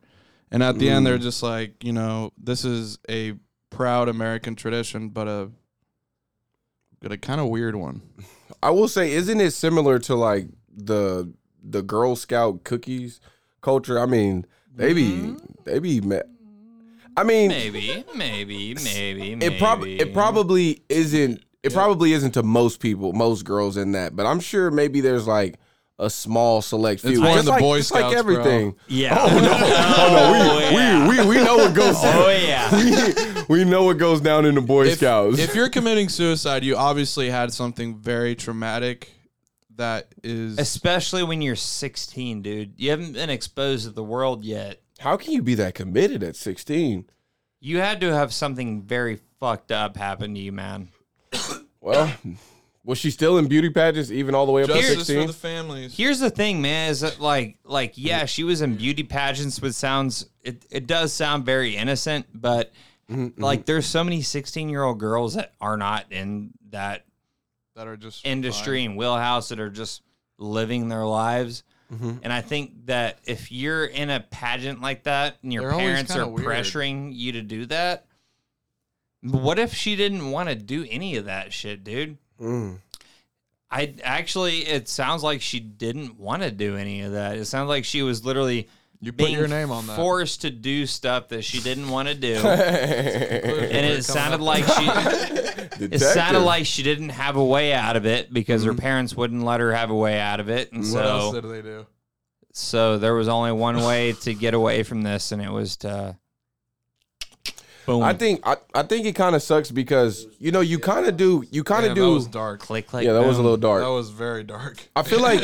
S2: and at the end they're just like you know this is a proud american tradition but a but a kind of weird one
S1: (laughs) I will say, isn't it similar to like the the
S2: Mm-hmm.
S1: Girl Scout cookies culture? I mean, they be they be. Ma- I mean,
S3: Maybe,
S1: (laughs)
S3: maybe, maybe, maybe.
S1: it prob it probably isn't. It probably isn't to most people, most girls in that, but I'm sure maybe there's like a small select few.
S2: It's more
S1: Just
S2: in the
S1: like,
S2: Boy
S1: just
S2: Scouts,
S1: like
S2: bro.
S1: everything.
S3: Yeah.
S1: (laughs) Oh no!
S3: Oh,
S1: Oh no! We
S3: yeah.
S1: we, we, we know what goes.
S3: (laughs) Oh yeah.
S1: (laughs) we know what goes down in the Boy
S2: If,
S1: Scouts.
S2: if you're committing suicide, you obviously had something very traumatic that is.
S3: Especially when you're 16, dude. You haven't been exposed to the world yet.
S1: How can you be that committed at 16?
S3: You had to have something very fucked up happen to you, man.
S1: Well, was she still in beauty pageants even all the way up to
S2: Justice for (laughs)
S1: 16?
S2: the families.
S3: Here's the thing, man, is that like like yeah, she was in beauty pageants, which sounds it, it does sound very innocent, but
S2: Mm-hmm.
S3: like there's so many 16 year old girls that are not in that
S2: that are just
S3: industry and wheelhouse that are just living their lives.
S2: Mm-hmm.
S3: And I think that if you're in a pageant like that and your
S2: They're always
S3: parents
S2: kinda
S3: are
S2: weird.
S3: pressuring you to do that, what if she didn't want to do any of that shit, dude?
S1: Mm.
S3: I actually, it sounds like she didn't want to do any of that. It sounds like she was literally
S2: You put
S3: being
S2: your name on that.
S3: forced to do stuff that she didn't want
S2: (laughs)
S3: to do, and
S1: (laughs) Detective.
S3: it sounded like she. It sounded like she didn't have a way out of it because her parents wouldn't let her have a way out of it, and
S2: Mm-hmm. What else
S3: so
S2: did they do?
S3: so there was only one way to get away from this, and it was to boom,
S1: I think I, I think it kind of sucks because you know you kind of do you kind of
S2: Yeah,
S1: do
S2: that was dark.
S3: click, click.
S1: yeah that was a
S3: boom.
S1: little
S2: That
S1: dark.
S2: was very dark.
S1: I feel like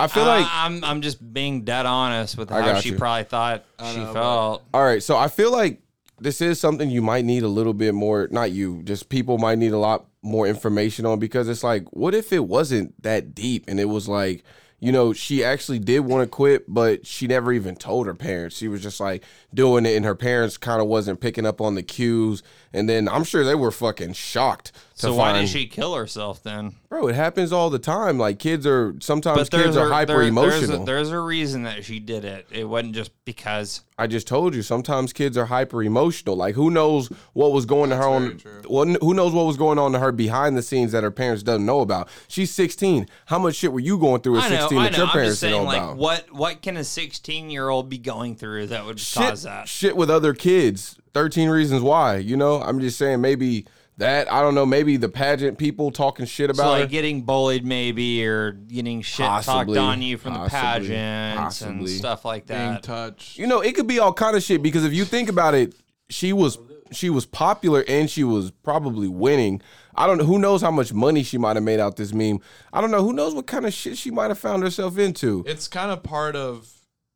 S1: I feel like
S3: I, am I'm just being dead honest with
S1: I
S3: how
S1: got
S3: she
S1: you.
S3: probably thought she
S2: know, but-
S3: felt.
S1: All right, so I feel like this is something you might need a little bit more. Not you, just people might need a lot more information on because it's like, what if it wasn't that deep and it was like, you know, she actually did want to quit, but she never even told her parents. She was just like doing it, and her parents kind of wasn't picking up on the cues. And then I'm sure they were fucking shocked. To
S3: So
S1: find,
S3: why did she kill herself then?
S1: Bro, it happens all the time. Like kids are sometimes
S3: But there's
S1: kids
S3: a,
S1: are
S3: there-
S1: hyper
S3: There's,
S1: emotional.
S3: a- there's a reason that she did it. It wasn't just because.
S1: I just told you sometimes kids are hyper emotional. Like who knows what was going to her on well, who knows what was going on to her behind the scenes that her parents doesn't know about. She's 16. How much shit were you going through
S3: I
S1: at
S3: know.
S1: 16
S3: I
S1: that
S3: know.
S1: your
S3: I'm
S1: parents
S3: just saying,
S1: didn't know
S3: like,
S1: about?
S3: what what can a 16 year old be going through that would cause
S1: shit,
S3: that?
S1: shit with other kids. 13 reasons why, you know? I'm just saying maybe that I don't know, maybe the pageant people talking shit about
S3: So
S1: her.
S3: like getting bullied maybe or getting shit
S1: Possibly.
S3: talked on you from
S1: Possibly.
S3: the pageants and
S1: Possibly.
S3: stuff like
S2: Being
S3: that.
S2: touched.
S1: you know it could be all kind of shit because if you think about it she was she was popular and she was probably winning i don't know who knows how much money she might have made out this meme i don't know who knows what kind of shit she might have found herself into
S2: It's kind of part of,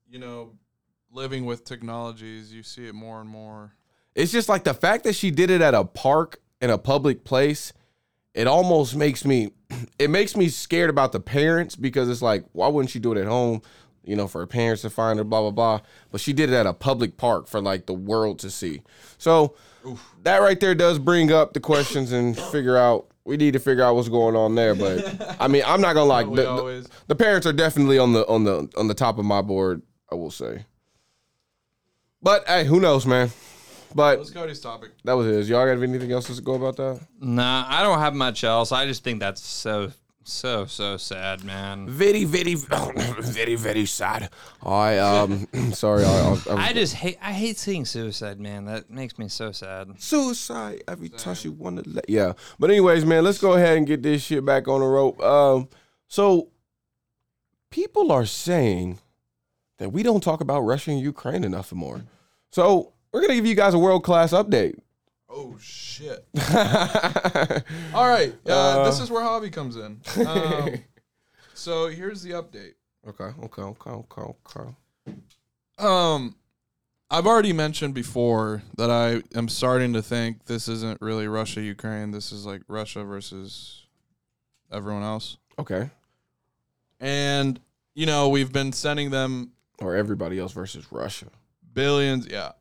S2: you know, living with technologies. You see it more and more.
S1: it's just like the fact that she did it at a park in a public place it almost makes me (clears throat) it makes me scared about the parents because it's like why wouldn't she do it at home you know for her parents to find her blah blah blah but she did it at a public park for like the world to see so that right there does bring up the questions and figure out we need to figure out what's going on there but i mean i'm not gonna like
S2: We
S1: the, the,
S2: always
S1: the parents are definitely on the on the on the top of my board i will say but hey who knows man but
S2: let's go to his topic.
S1: that was his. Y'all got anything else to go about that?
S3: Nah, I don't have much else. I just think that's so so so sad, man.
S1: Very, very, (coughs) very, very sad. I um, (coughs) sorry. I, I, was- I was-
S3: I just hate I hate seeing suicide, man. That makes me so sad.
S1: suicide every time you wanna let. Yeah, but anyways, man, let's go ahead and get this shit back on the rope. Um, so people are saying that we don't talk about Russia and Ukraine enough anymore. So we're gonna give you guys a world class update. (laughs)
S2: Oh shit! All right, uh, this is where hobby comes in.
S1: (laughs)
S2: Um, so here's the update.
S1: Okay, okay, okay, okay, okay.
S2: Um, I've already mentioned before that I am starting to think this isn't really Russia Ukraine. This is like Russia versus everyone else.
S1: Okay,
S2: And you know we've been sending them
S1: or everybody else versus Russia.
S2: billions, yeah,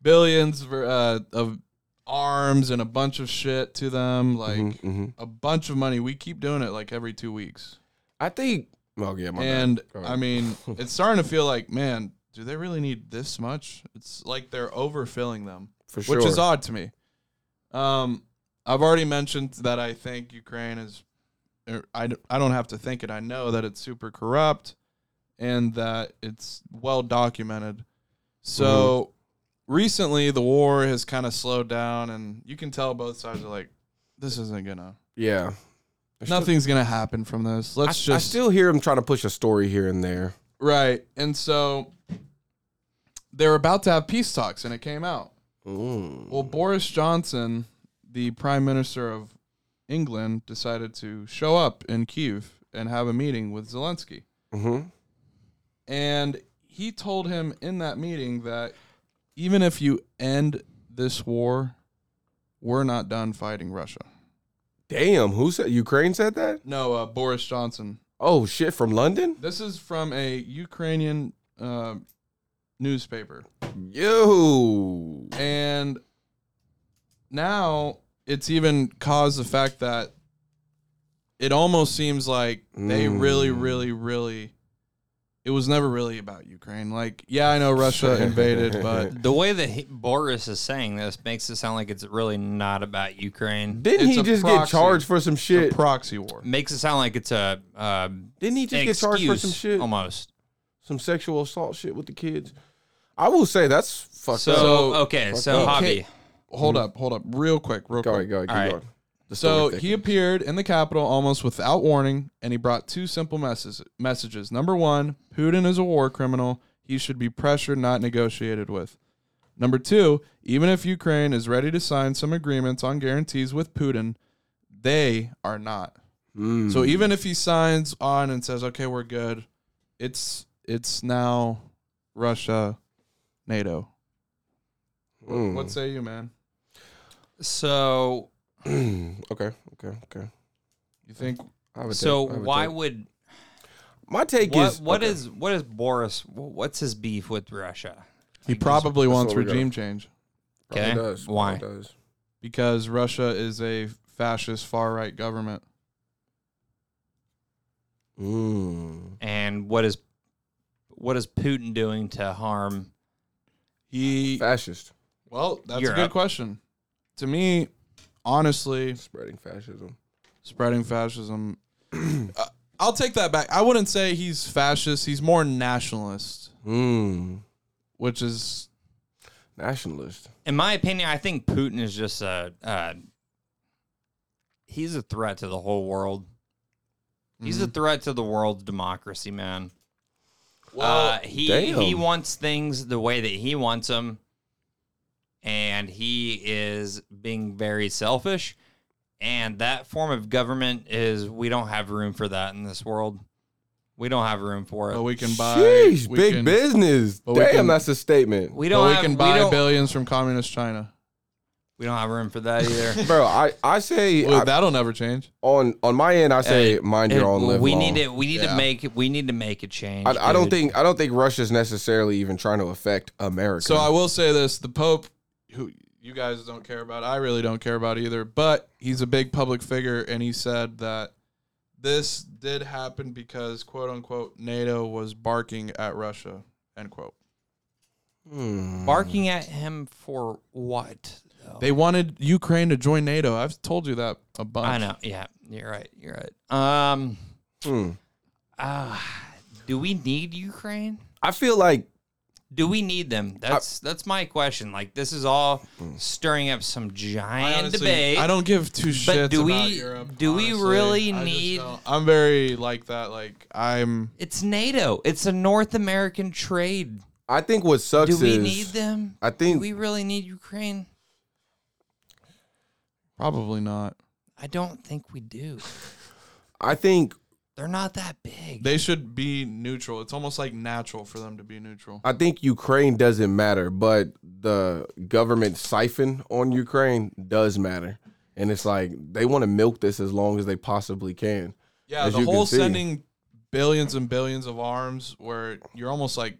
S2: billions for, uh, of arms and a bunch of shit to them, like
S1: hmm
S2: a bunch of money. We keep doing it like every two weeks.
S1: I think. Oh yeah, my bad.
S2: and
S1: Go
S2: I
S1: ahead. (laughs)
S2: mean, it's starting to feel like, man, do they really need this much? It's like they're overfilling them,
S1: for sure.
S2: which is odd to me. Um, I've already mentioned that I think Ukraine is, er, I, d- I don't have to think it. I know that it's super corrupt and that it's well documented. So
S1: Mm-hmm.
S2: recently, the war has kind of slowed down, and you can tell both sides are like, "This isn't gonna,
S1: Yeah. I still-
S2: nothing's gonna happen from this."
S1: I,
S2: Let's
S1: I
S2: just
S1: still hear him trying to push a story here and there.
S2: right. And so they're about to have peace talks, and it came out.
S1: Mm.
S2: Well, Boris Johnson, the prime minister of England, decided to show up in Kiev and have a meeting with Zelensky.
S1: hmm
S2: And he told him in that meeting that even if you end this war, we're not done fighting Russia.
S1: Damn, who said Ukraine said that?
S2: No, uh, Boris Johnson.
S1: Oh shit, from London?
S2: This is from a Ukrainian uh, newspaper.
S1: Yo.
S2: And now it's even caused the fact that it almost seems like they
S1: Mm.
S2: really, really, really. It was never really about Ukraine. Like, yeah, I know Russia invaded,
S1: (laughs)
S2: but
S3: The way that he, Boris is saying this makes it sound like it's really not about Ukraine.
S1: Didn't
S2: It's
S1: he
S2: a
S1: just get
S2: proxy.
S1: charged for some shit?
S2: it's a proxy war.
S3: Makes it sound like it's a um,
S1: Didn't he just get charged for some
S3: excuse,
S1: shit?
S3: almost.
S1: Some sexual assault shit with the kids. I will say that's fucked
S3: So,
S1: up.
S2: So- uh,
S3: okay, so
S2: Okay.
S3: hobby.
S2: Hold up, hold up, real quick, real
S1: Go
S2: quick.
S1: ahead, go ahead, keep
S3: All right.
S1: going. The
S2: So
S1: story
S2: he
S1: thickens.
S2: appeared in the Capitol almost without warning, and he brought two simple messes- messages. Number one, Putin is a war criminal. He should be pressured, not negotiated with. Number two, even if Ukraine is ready to sign some agreements on guarantees with Putin, they are not.
S1: Mm.
S2: So even if he signs on and says, "Okay, we're good," it's it's now Russia, NATO.
S1: Mm.
S2: What say you, man?
S3: So
S1: (clears throat) okay, okay, okay.
S2: You think
S1: I would
S3: so
S1: take- I would
S3: why
S1: take.
S3: would
S1: my take
S3: what
S1: is
S3: what
S1: okay.
S3: is what is Boris what's his beef with Russia?
S2: he probably wants
S1: what we got.
S2: regime change?
S1: Probably
S3: okay,
S1: Oh, does, probably
S3: why?
S1: does.
S2: because Russia is a fascist far right government.
S1: Mm.
S3: And what is what is Putin doing to harm
S2: He
S1: Fascist.
S2: well, that's a good
S3: Europe.
S2: question. To me, honestly,
S1: Spreading fascism.
S2: spreading fascism. (clears throat) Uh, I'll take that back. I wouldn't say he's fascist. He's more nationalist,
S1: Mm.
S2: which is
S1: Nationalist.
S3: in my opinion, I think Putin is just a uh, he's a threat to the whole world. He's a threat to the world's democracy, man. uh, he
S1: damn.
S3: he wants things the way that he wants them, and he is being very selfish. And that form of government is we don't have room for that in this world. We don't have room for it.
S2: but we can buy
S1: Jeez,
S2: we
S1: big
S2: can,
S1: business.
S2: but we
S1: Damn,
S2: can-
S1: that's a statement.
S3: we
S2: But
S3: don't
S2: we
S3: have,
S2: can
S3: we
S2: buy
S3: don't-
S2: billions from communist China.
S3: we don't have room for that either.
S1: Bro, I, I say
S2: Well,
S1: I-
S2: that'll never change.
S1: on on my end, I say
S3: Hey,
S1: mind your
S3: It-
S1: own live
S3: we
S1: long.
S3: need to we need
S2: Yeah.
S3: to make we need to make a change.
S1: I, I don't
S3: dude.
S1: think I don't think Russia's necessarily even trying to affect America.
S2: So I will say this: the Pope, who you guys don't care about, I really don't care about either. But he's a big public figure, and he said that this did happen because "quote unquote" NATO was barking at Russia. End quote.
S1: Hmm.
S3: barking at him for what? though?
S2: They wanted Ukraine to join NATO. I've told you that a bunch.
S3: I know. Yeah, you're right. You're right. Um,
S1: Hmm.
S3: uh, do we need Ukraine?
S1: I feel like
S3: Do we need them? That's that's my question. Like this is all stirring up some
S2: I
S3: giant
S2: honestly-
S3: debate.
S2: I don't give two shits
S3: But do
S2: about
S3: we-
S2: Europe.
S3: do we
S2: honestly.
S3: really
S2: I just
S3: need-
S2: don't- I'm very like that. Like I'm.
S3: It's NATO. It's a North American trade.
S1: I think what sucks
S3: Do we
S1: is
S3: need them?
S1: I
S3: Do
S1: think
S3: we really need Ukraine?
S2: Probably not.
S3: I don't think we do.
S1: I think
S3: They're not that big.
S2: They should be neutral. It's almost like natural for them to be neutral.
S1: I think Ukraine doesn't matter, but the government siphon on Ukraine does matter. And it's like they want to milk this as long as they possibly can.
S2: Yeah,
S1: as
S2: the
S1: you can
S2: whole
S1: see.
S2: sending billions and billions of arms, where you're almost like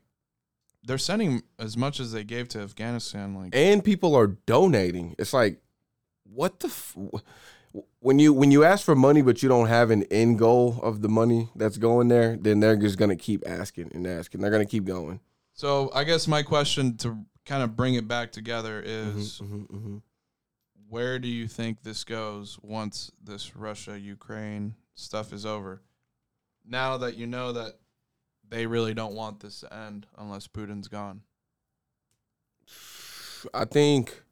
S2: they're sending as much as they gave to Afghanistan. Like,
S1: and people are donating. It's like, what the f- when you when you ask for money but you don't have an end goal of the money that's going there, then they're just gonna keep asking and asking. They're gonna keep going.
S2: so I guess my question to kind of bring it back together is,
S1: Mhm, mhm.
S2: where do you think this goes once this Russia Ukraine stuff is over? Now that you know that they really don't want this to end unless Putin's gone.
S1: I think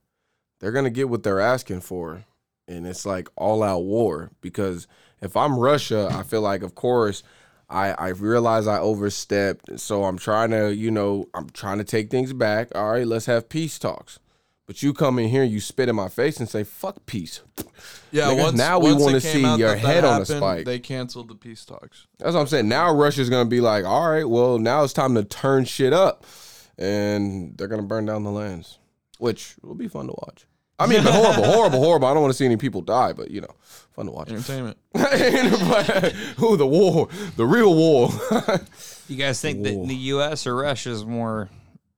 S1: they're gonna get what they're asking for, and it's like all out war. Because if I'm Russia, I feel like, of course, I I realize I overstepped, so I'm trying to, you know, I'm trying to take things back. All right, let's have peace talks. But you come in here, you spit in my face, and say "fuck peace."
S2: Yeah,
S1: Nigga,
S2: once,
S1: now we
S2: once it
S1: wanna
S2: came
S1: see
S2: out
S1: your
S2: that that
S1: head on a
S2: happened,
S1: spike.
S2: They canceled the peace talks.
S1: That's what I'm saying. Now Russia's gonna be like, all right, well, now it's time to turn shit up, and they're gonna burn down the lands, which will be fun to watch. I mean,
S2: (laughs)
S1: horrible, horrible, horrible. I don't want to see any people die, but you know, fun to watch. (laughs)
S2: Entertainment.
S1: Ooh, the war, the real war. (laughs)
S3: You guys think that
S1: Whoa.
S3: the U.S. or Russia is more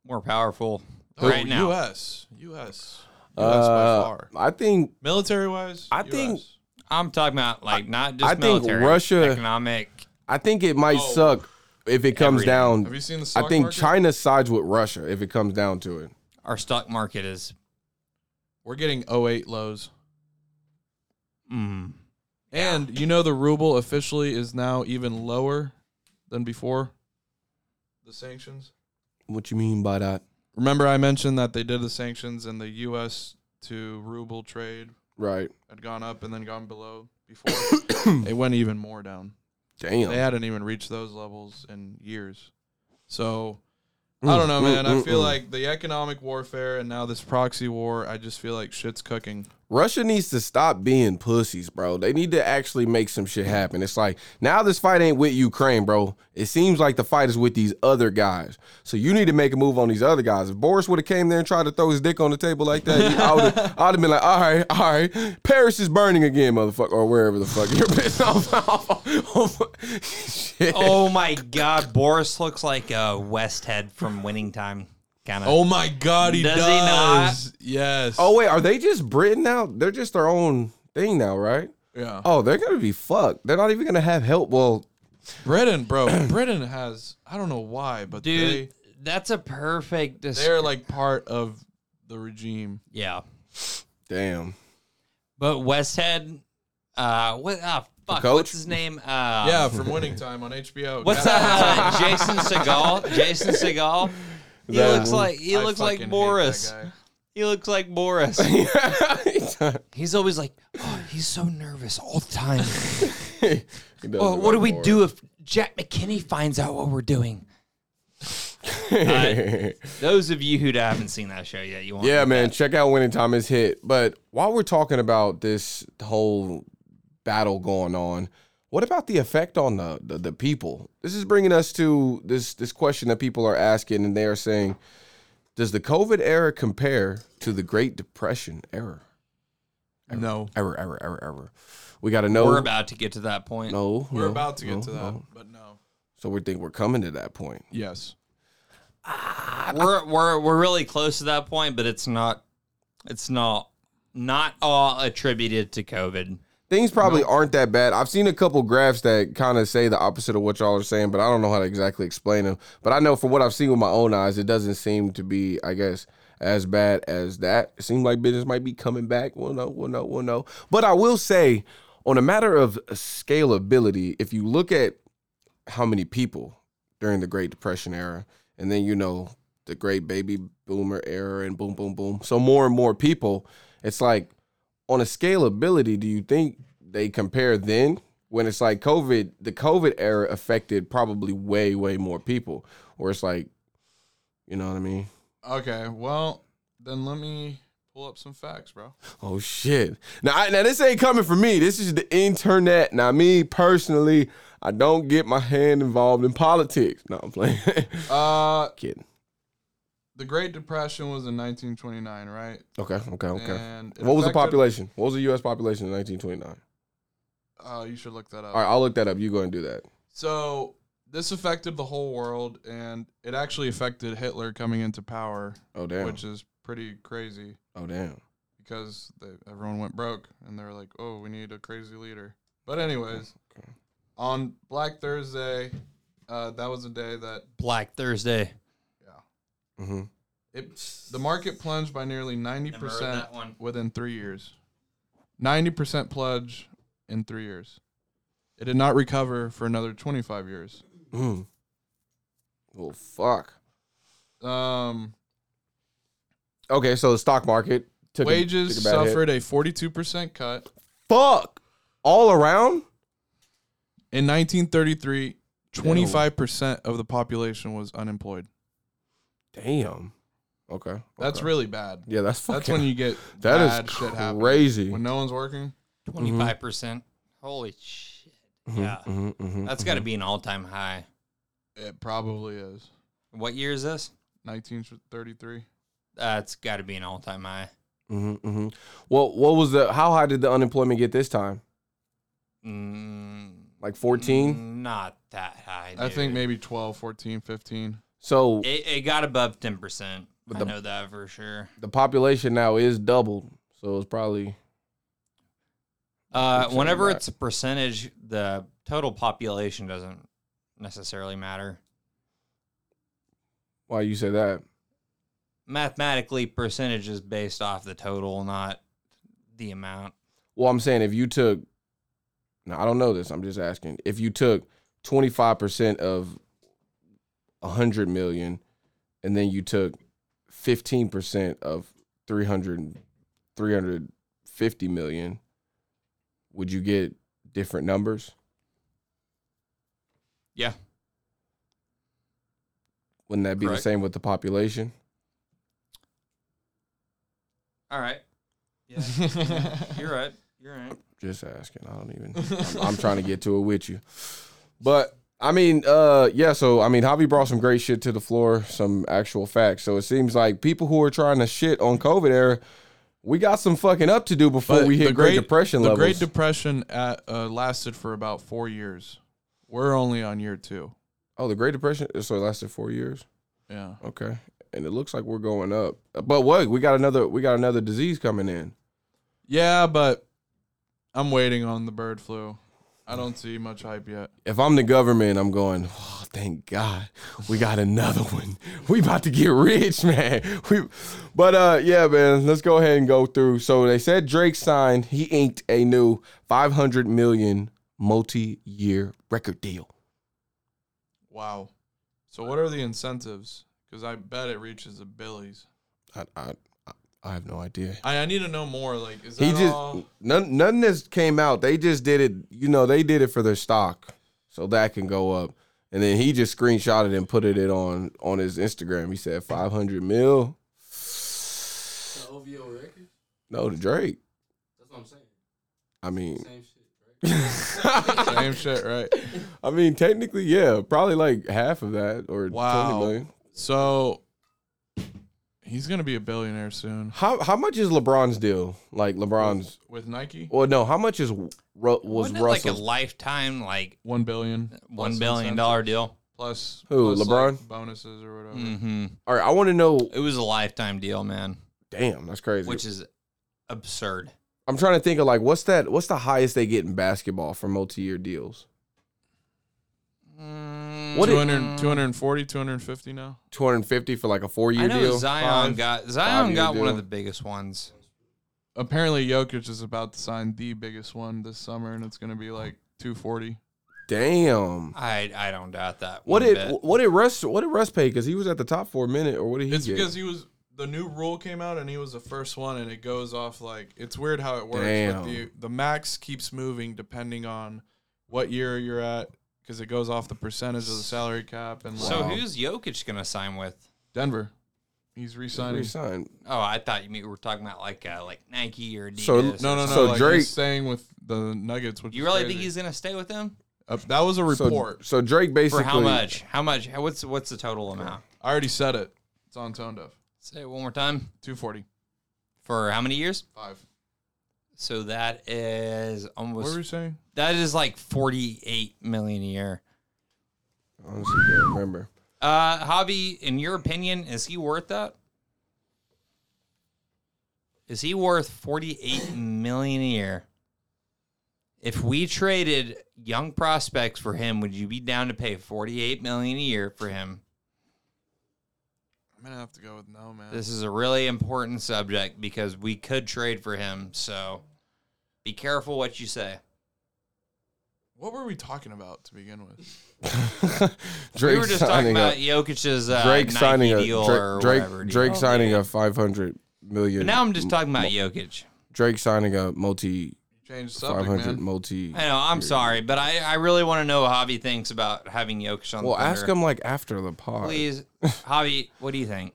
S3: more powerful
S2: Oh,
S3: right now?
S2: U.S. U.S. U.S. by
S1: Uh,
S2: far.
S1: I think
S2: Military wise,
S1: I think-
S3: I'm talking about like not just
S1: I think
S3: military,
S1: Russia-
S3: economic.
S1: I think it might
S2: Oh.
S1: suck if it comes
S3: Everything.
S1: down.
S2: Have you seen the
S1: I
S2: stock
S1: think
S2: market?
S1: China sides with Russia if it comes down to it.
S3: Our stock market is.
S2: We're getting 08 lows.
S3: Mm,
S2: And you know the ruble officially is now even lower than before the sanctions.
S1: What you mean by that?
S2: Remember I mentioned that they did the sanctions and the US to ruble trade
S1: Right.
S2: had gone up and then gone below
S1: (coughs)
S2: before. it went even more down.
S1: Damn.
S2: They hadn't even reached those levels in years. So I
S1: Mm,
S2: don't know,
S1: mm,
S2: man. I
S1: mm,
S2: feel
S1: mm.
S2: like the economic warfare and now this proxy war, I just feel like shit's cooking.
S1: Russia needs to stop being pussies, bro. They need to actually make some shit happen. It's like now this fight ain't with Ukraine, bro. It seems like the fight is with these other guys. So you need to make a move on these other guys. If Boris would have came there and tried to throw his dick on the table like that, you- I would have I'd have been like, all right, all right, Paris is burning again, motherfucker, or wherever the fuck you're (laughs) pissed off. (laughs) shit.
S3: oh my God, Boris looks like a West Head from Winning Time, kind of.
S2: Oh my god, he
S3: Does
S2: does.
S3: he
S2: Yes.
S1: Oh wait, are they just Britain now? They're just their own thing now, right?
S2: yeah.
S1: Oh, they're gonna be fucked. They're not even gonna have help. Well,
S2: Britain, bro. (clears throat) Britain has I don't know why, but
S3: dude, that's a perfect.
S2: they
S3: Dis-
S2: they're like part of the regime.
S3: yeah,
S1: damn. (laughs)
S3: but West Head, uh, what? Ah, fuck.
S1: coach?
S3: What's his name? Uh,
S2: yeah, from Winning Time on HBO.
S3: (laughs) What's
S2: Yeah.
S3: that? Uh, Jason Segal. Jason Segal.
S1: (laughs)
S3: He
S1: That
S3: looks
S1: one.
S3: like he
S2: I
S3: looks
S2: fucking
S3: like
S2: hate
S3: Boris.
S2: that guy.
S3: He looks like Boris.
S1: what
S3: He's always like, oh, he's so nervous all the
S1: (laughs)
S3: time. Well, what do we do if Jack McKinney finds out what we're doing? Those of you who haven't seen that show yet, you want
S1: yeah, man, check out Winning Time is Hit. But while we're talking about this whole battle going on, what about the effect on the, the, the people? This is bringing us to this, this question that people are asking, and they are saying, does the COVID era compare to the Great Depression era?
S2: No.
S1: Error, error, error, error. We got to know.
S3: We're about to get to that point.
S1: no,
S2: We're
S1: no,
S2: about to get
S1: no,
S2: to that,
S1: no.
S2: but no.
S1: So we think we're coming to that point.
S2: Yes.
S3: We're we're we're really close to that point, but it's not. It's not not all attributed to COVID.
S1: things probably aren't that bad. I've seen a couple graphs that kind of say the opposite of what y'all are saying, but I don't know how to exactly explain them. But I know from what I've seen with my own eyes, it doesn't seem to be, I guess, as bad as that. It seems like business might be coming back. We'll know, we'll know, we'll know. But I will say, on a matter of scalability, if you look at how many people during the Great Depression era, and then you know the great baby boomer era and boom boom boom. So more and more people, it's like on a scalability, do you think they compare then when it's like COVID, the COVID era affected probably way, way more people. Or it's like, you know what I mean?
S2: Okay. Well, then let me pull up some facts,
S3: (laughs)
S2: bro.
S1: Oh shit. Now I, now this ain't coming from me. This is the internet. Now me personally, I don't get my hand involved in politics. No, I'm playing. (laughs)
S2: Uh
S1: Kidding.
S2: the Great Depression was in 1929, right?
S1: Okay, okay, okay.
S2: And it
S1: What was the
S2: affected-
S1: population? What was the US population in 1929?
S2: Uh, you should look that up.
S1: All right, I'll look that up. You go and do that.
S2: So this affected the whole world, and it actually affected Hitler coming into power,
S1: Oh damn.
S2: which is pretty crazy
S1: oh damn.
S2: because they, everyone went broke, and they were like, "Oh, we need a crazy leader." But anyways,
S1: Okay.
S2: on Black Thursday, uh, that was a day that
S3: Black Thursday.
S1: Mm-hmm.
S2: it the market plunged by nearly ninety
S3: Never heard
S2: percent
S3: that one.
S2: within three years. Ninety percent plunge in three years. It did not recover for another twenty five years.
S1: Mm. Well, fuck.
S2: Um,
S1: okay, so the stock market took a-
S2: Wages
S1: took a bad hit.
S2: suffered a 42% cut.
S1: Fuck, all around.
S2: In 1933, 25% of the population was unemployed.
S1: Damn. Okay.
S2: That's
S1: okay.
S2: really bad.
S1: yeah. That's fucking.
S2: That's when you get
S1: (laughs) that is
S2: bad shit happen.
S1: crazy.
S2: When no one's working,
S3: Twenty five percent. Holy shit! Yeah,
S1: Mhm, mhm,
S3: that's
S1: mhm.
S3: got to be an all time high.
S2: it probably is.
S3: What year is this?
S2: 1933.
S3: That's got to be an all time high.
S1: hmm hmm Well, what was the? How high did the unemployment get this time?
S3: Mm,
S1: Like fourteen.
S3: Not that high.
S2: I think
S3: dude.
S2: maybe 12, 14, 15.
S1: So
S3: It, it got above ten percent.
S1: But
S3: I
S1: the-
S3: know that for sure.
S1: the population now is doubled. So it's probably
S3: Uh,
S1: Keep saying
S3: whenever
S1: that.
S3: it's a percentage, the total population doesn't necessarily matter.
S1: why you say that.
S3: Mathematically, percentage is based off the total, not the amount.
S1: Well, I'm saying if you took, no, I don't know this. I'm just asking. If you took 25 percent of 100 million, and then you took 15 percent of 300, 350 million, would you get different numbers?
S3: Yeah.
S1: Wouldn't that be
S3: Correct.
S1: the same with the population?
S3: All right.
S2: (laughs)
S3: Yeah. You're right. You're right.
S1: Just asking. I don't
S2: (laughs)
S1: even. I'm, I'm trying to get to it with you, but I mean, uh, yeah. So I mean, Javi brought some great shit to the floor, some actual facts. So it seems like people who are trying to shit on COVID era, we got some fucking up to do before we hit Great, Depression
S2: The
S1: levels.
S2: Great Depression at, uh, lasted for about four years. We're only on year two.
S1: oh, the Great Depression. So it lasted four years.
S2: Yeah.
S1: Okay, and it looks like we're going up. But what? We got another. We got another disease coming in.
S2: Yeah, but I'm waiting on the bird flu. I don't see much hype yet.
S1: if I'm the government, I'm going, oh, thank God we got another one. We about to get rich, (laughs) man. We, but uh, yeah, man, let's go ahead and go through. So they said Drake signed, he inked a new 500 million multi-year record deal.
S2: Wow. So what are the incentives? Because I bet it reaches the billies.
S1: I, I, I- I have no idea.
S2: I, I need to know more. Like, is that
S1: He just
S2: all?
S1: none none of this came out. They just did it. You know, they did it for their stock, so that can go up. And then he just screenshotted and put it in on on his Instagram. He said 500 mil.
S4: The OVO records?
S1: No, to Drake.
S4: That's what I'm saying.
S1: I mean,
S4: Same shit, right? (laughs)
S2: Same shit, right?
S1: I mean, technically, yeah, probably like half of that or
S2: Wow.
S1: twenty million.
S2: So he's gonna be a billionaire soon
S1: How how much is LeBron's deal? Like LeBron's?
S2: with Nike.
S1: Well, no, how much is Ru- was
S3: Wasn't it like a
S1: Russell?
S3: lifetime, like
S2: One billion.
S3: one
S2: plus
S3: billion
S2: incentives,
S3: dollar deal?
S2: plus
S1: Who,
S2: plus,
S1: LeBron?
S2: like, bonuses or
S1: Oh.
S2: whatever.
S3: Mm-hmm.
S1: All right, I want to know.
S3: It was a lifetime deal, man,
S1: Damn, that's crazy.
S3: which is absurd.
S1: I'm trying to think of like what's that? What's the highest they get in basketball for multi-year deals? What
S2: Two
S1: did-
S2: hundred, two hundred forty, two hundred fifty 240, 250 now.
S1: 250 for like a
S3: I
S1: four-year
S3: know
S1: deal.
S3: Zion
S2: Five-
S3: got Zion
S1: five-year
S3: got one
S1: deal.
S3: of the biggest ones.
S2: Apparently, Jokic is about to sign the biggest one this summer, and it's gonna be like 240.
S1: Damn.
S3: I I don't doubt that.
S1: What
S3: one
S1: did
S3: bit.
S1: what did Russ what did Russ pay? Because he was at the top for a minute, or what did he
S2: It's
S1: get?
S2: because he was the new rule came out and he was the first one, and it goes off like it's weird how it works.
S1: Damn.
S2: But the the max keeps moving depending on what year you're at because it goes off the percentage of the salary cap and like
S3: So
S1: Wow.
S3: who's Jokic gonna sign with?
S2: Denver. He's re-signing.
S1: Re-signed.
S3: Oh, I thought you mean, we were talking about like uh, like Nike or Adidas.
S1: So,
S3: or
S2: No, no, no.
S3: something.
S1: So
S2: like
S1: Drake-
S2: he's staying with the Nuggets. Which
S3: You
S2: is
S3: really think
S2: crazy.
S3: he's gonna stay with them
S2: Uh, that was a
S1: So,
S2: report.
S1: so Drake basically
S3: for how much? How much? How, what's what's the total amount?
S2: I already said it. It's on Tone Deaf.
S3: Say it one more time.
S2: 240.
S3: For how many years?
S2: Five.
S3: So that is
S2: What were
S3: almost
S2: you saying?
S3: that is like forty eight million a year.
S1: Honestly, can't remember. (laughs)
S3: Uh, Javi, in your opinion, is he worth that? Is he worth forty-eight million a year? If we traded young prospects for him, would you be down to pay forty-eight million a year for him?
S2: I'm gonna have to go with no, man.
S3: This is a really important subject because we could trade for him. So, be careful what you say.
S2: What were we talking about to begin with?
S1: Drake
S3: we were just talking
S1: signing
S3: about
S1: a,
S3: Jokic's uh,
S1: Drake
S3: Nike
S1: signing a
S3: deal
S1: Drake
S3: or
S1: Drake,
S3: whatever. deal.
S1: Drake signing a 500 million.
S3: But now I'm just talking about Jokic.
S1: Drake signing a multi
S2: Change subject,
S1: 500
S2: man.
S1: multi.
S3: I know. I'm sorry, but I, I really want to know what Javi thinks about having Jokic on.
S1: Well,
S3: the
S1: ask
S3: Thunder.
S1: him like after the pod.
S3: please, Javi. What do you think?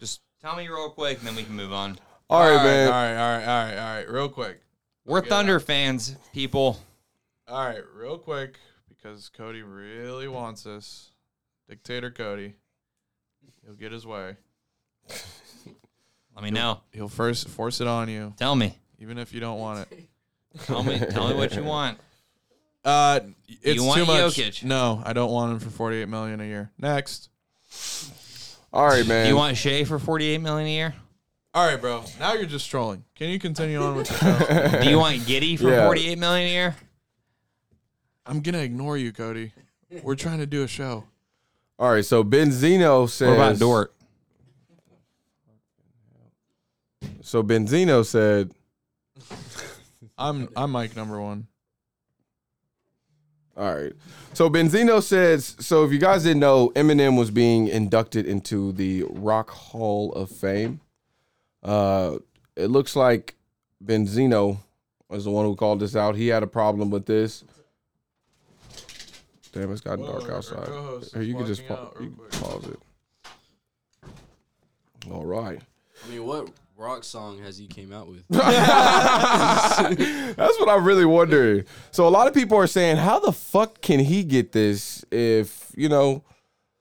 S3: Just tell me real quick, and then we can move on.
S1: All right, man.
S2: All right, all right, all right, all right. Real quick.
S3: We're Thunder fans, people.
S2: All right, real quick, because Cody really wants this. Dictator Cody. He'll get his way.
S3: Let me know.
S2: He'll first force it on you,
S3: Tell me.
S2: even if you don't want it.
S3: Tell
S1: (laughs)
S3: me. tell me what you want.
S2: Uh, it's
S3: want
S2: too much.
S3: Jokic?
S2: No, I don't want him for forty-eight million a year. Next.
S1: All right,
S3: Do
S1: man.
S3: you want Shea for 48 million a year?
S2: All right, bro. Now you're just trolling. Can you continue on with the
S1: (laughs)
S2: show?
S3: (laughs) Do you want Giddy for
S1: Yeah.
S3: 48 million a year?
S2: I'm gonna ignore you, Cody. We're trying to do a show.
S1: All right, so Benzino says.
S3: What about Dort?
S1: So Benzino said,
S2: I'm I'm Mike number one.
S1: all right. So Benzino says, so if you guys didn't know, Eminem was being inducted into the Rock Hall of Fame. Uh, it looks like Benzino is the one who called this out. He had a problem with this. Damn, it's got dark outside. Or you can just pa- you can pause it. All right.
S4: I mean, what rock song has he came out with?
S1: That's what I'm really wondering. So a lot of people are saying, how the fuck can he get this if, you know,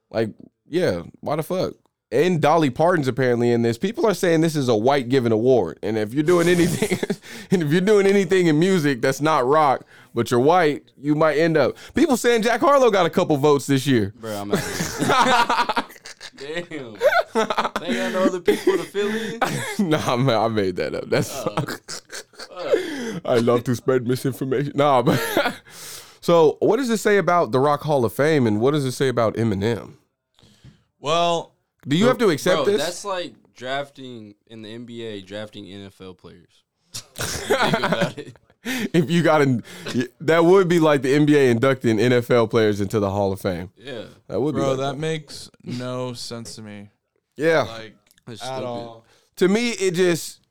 S1: like, yeah, why the fuck? And Dolly Parton's apparently in this. People are saying this is a white given award. And if you're doing anything (laughs) and if you're doing anything in music that's not rock, but you're white, you might end up. People saying Jack Harlow got a couple votes this year.
S4: Bro, I'm out of (laughs) here. Damn. They got no other people to fill (laughs)
S1: (laughs)
S4: in.
S1: nah, man, I made that up. That's
S4: Oh.
S1: (laughs) I love to spread misinformation. Nah, but (laughs) so what does it say about the Rock Hall of Fame, and what does it say about Eminem?
S2: Well,
S1: Do you have to accept
S4: Bro,
S1: this?
S4: that's like drafting in the NBA, drafting NFL (laughs) players. Think about it.
S1: (laughs) if you got in, that would be like the NBA inducting NFL players into the Hall of Fame.
S4: Yeah.
S1: That would be.
S2: bro,
S1: like
S2: that makes no sense to me.
S1: yeah.
S2: Like
S4: That's
S2: at
S4: stupid.
S2: all.
S1: to me, it just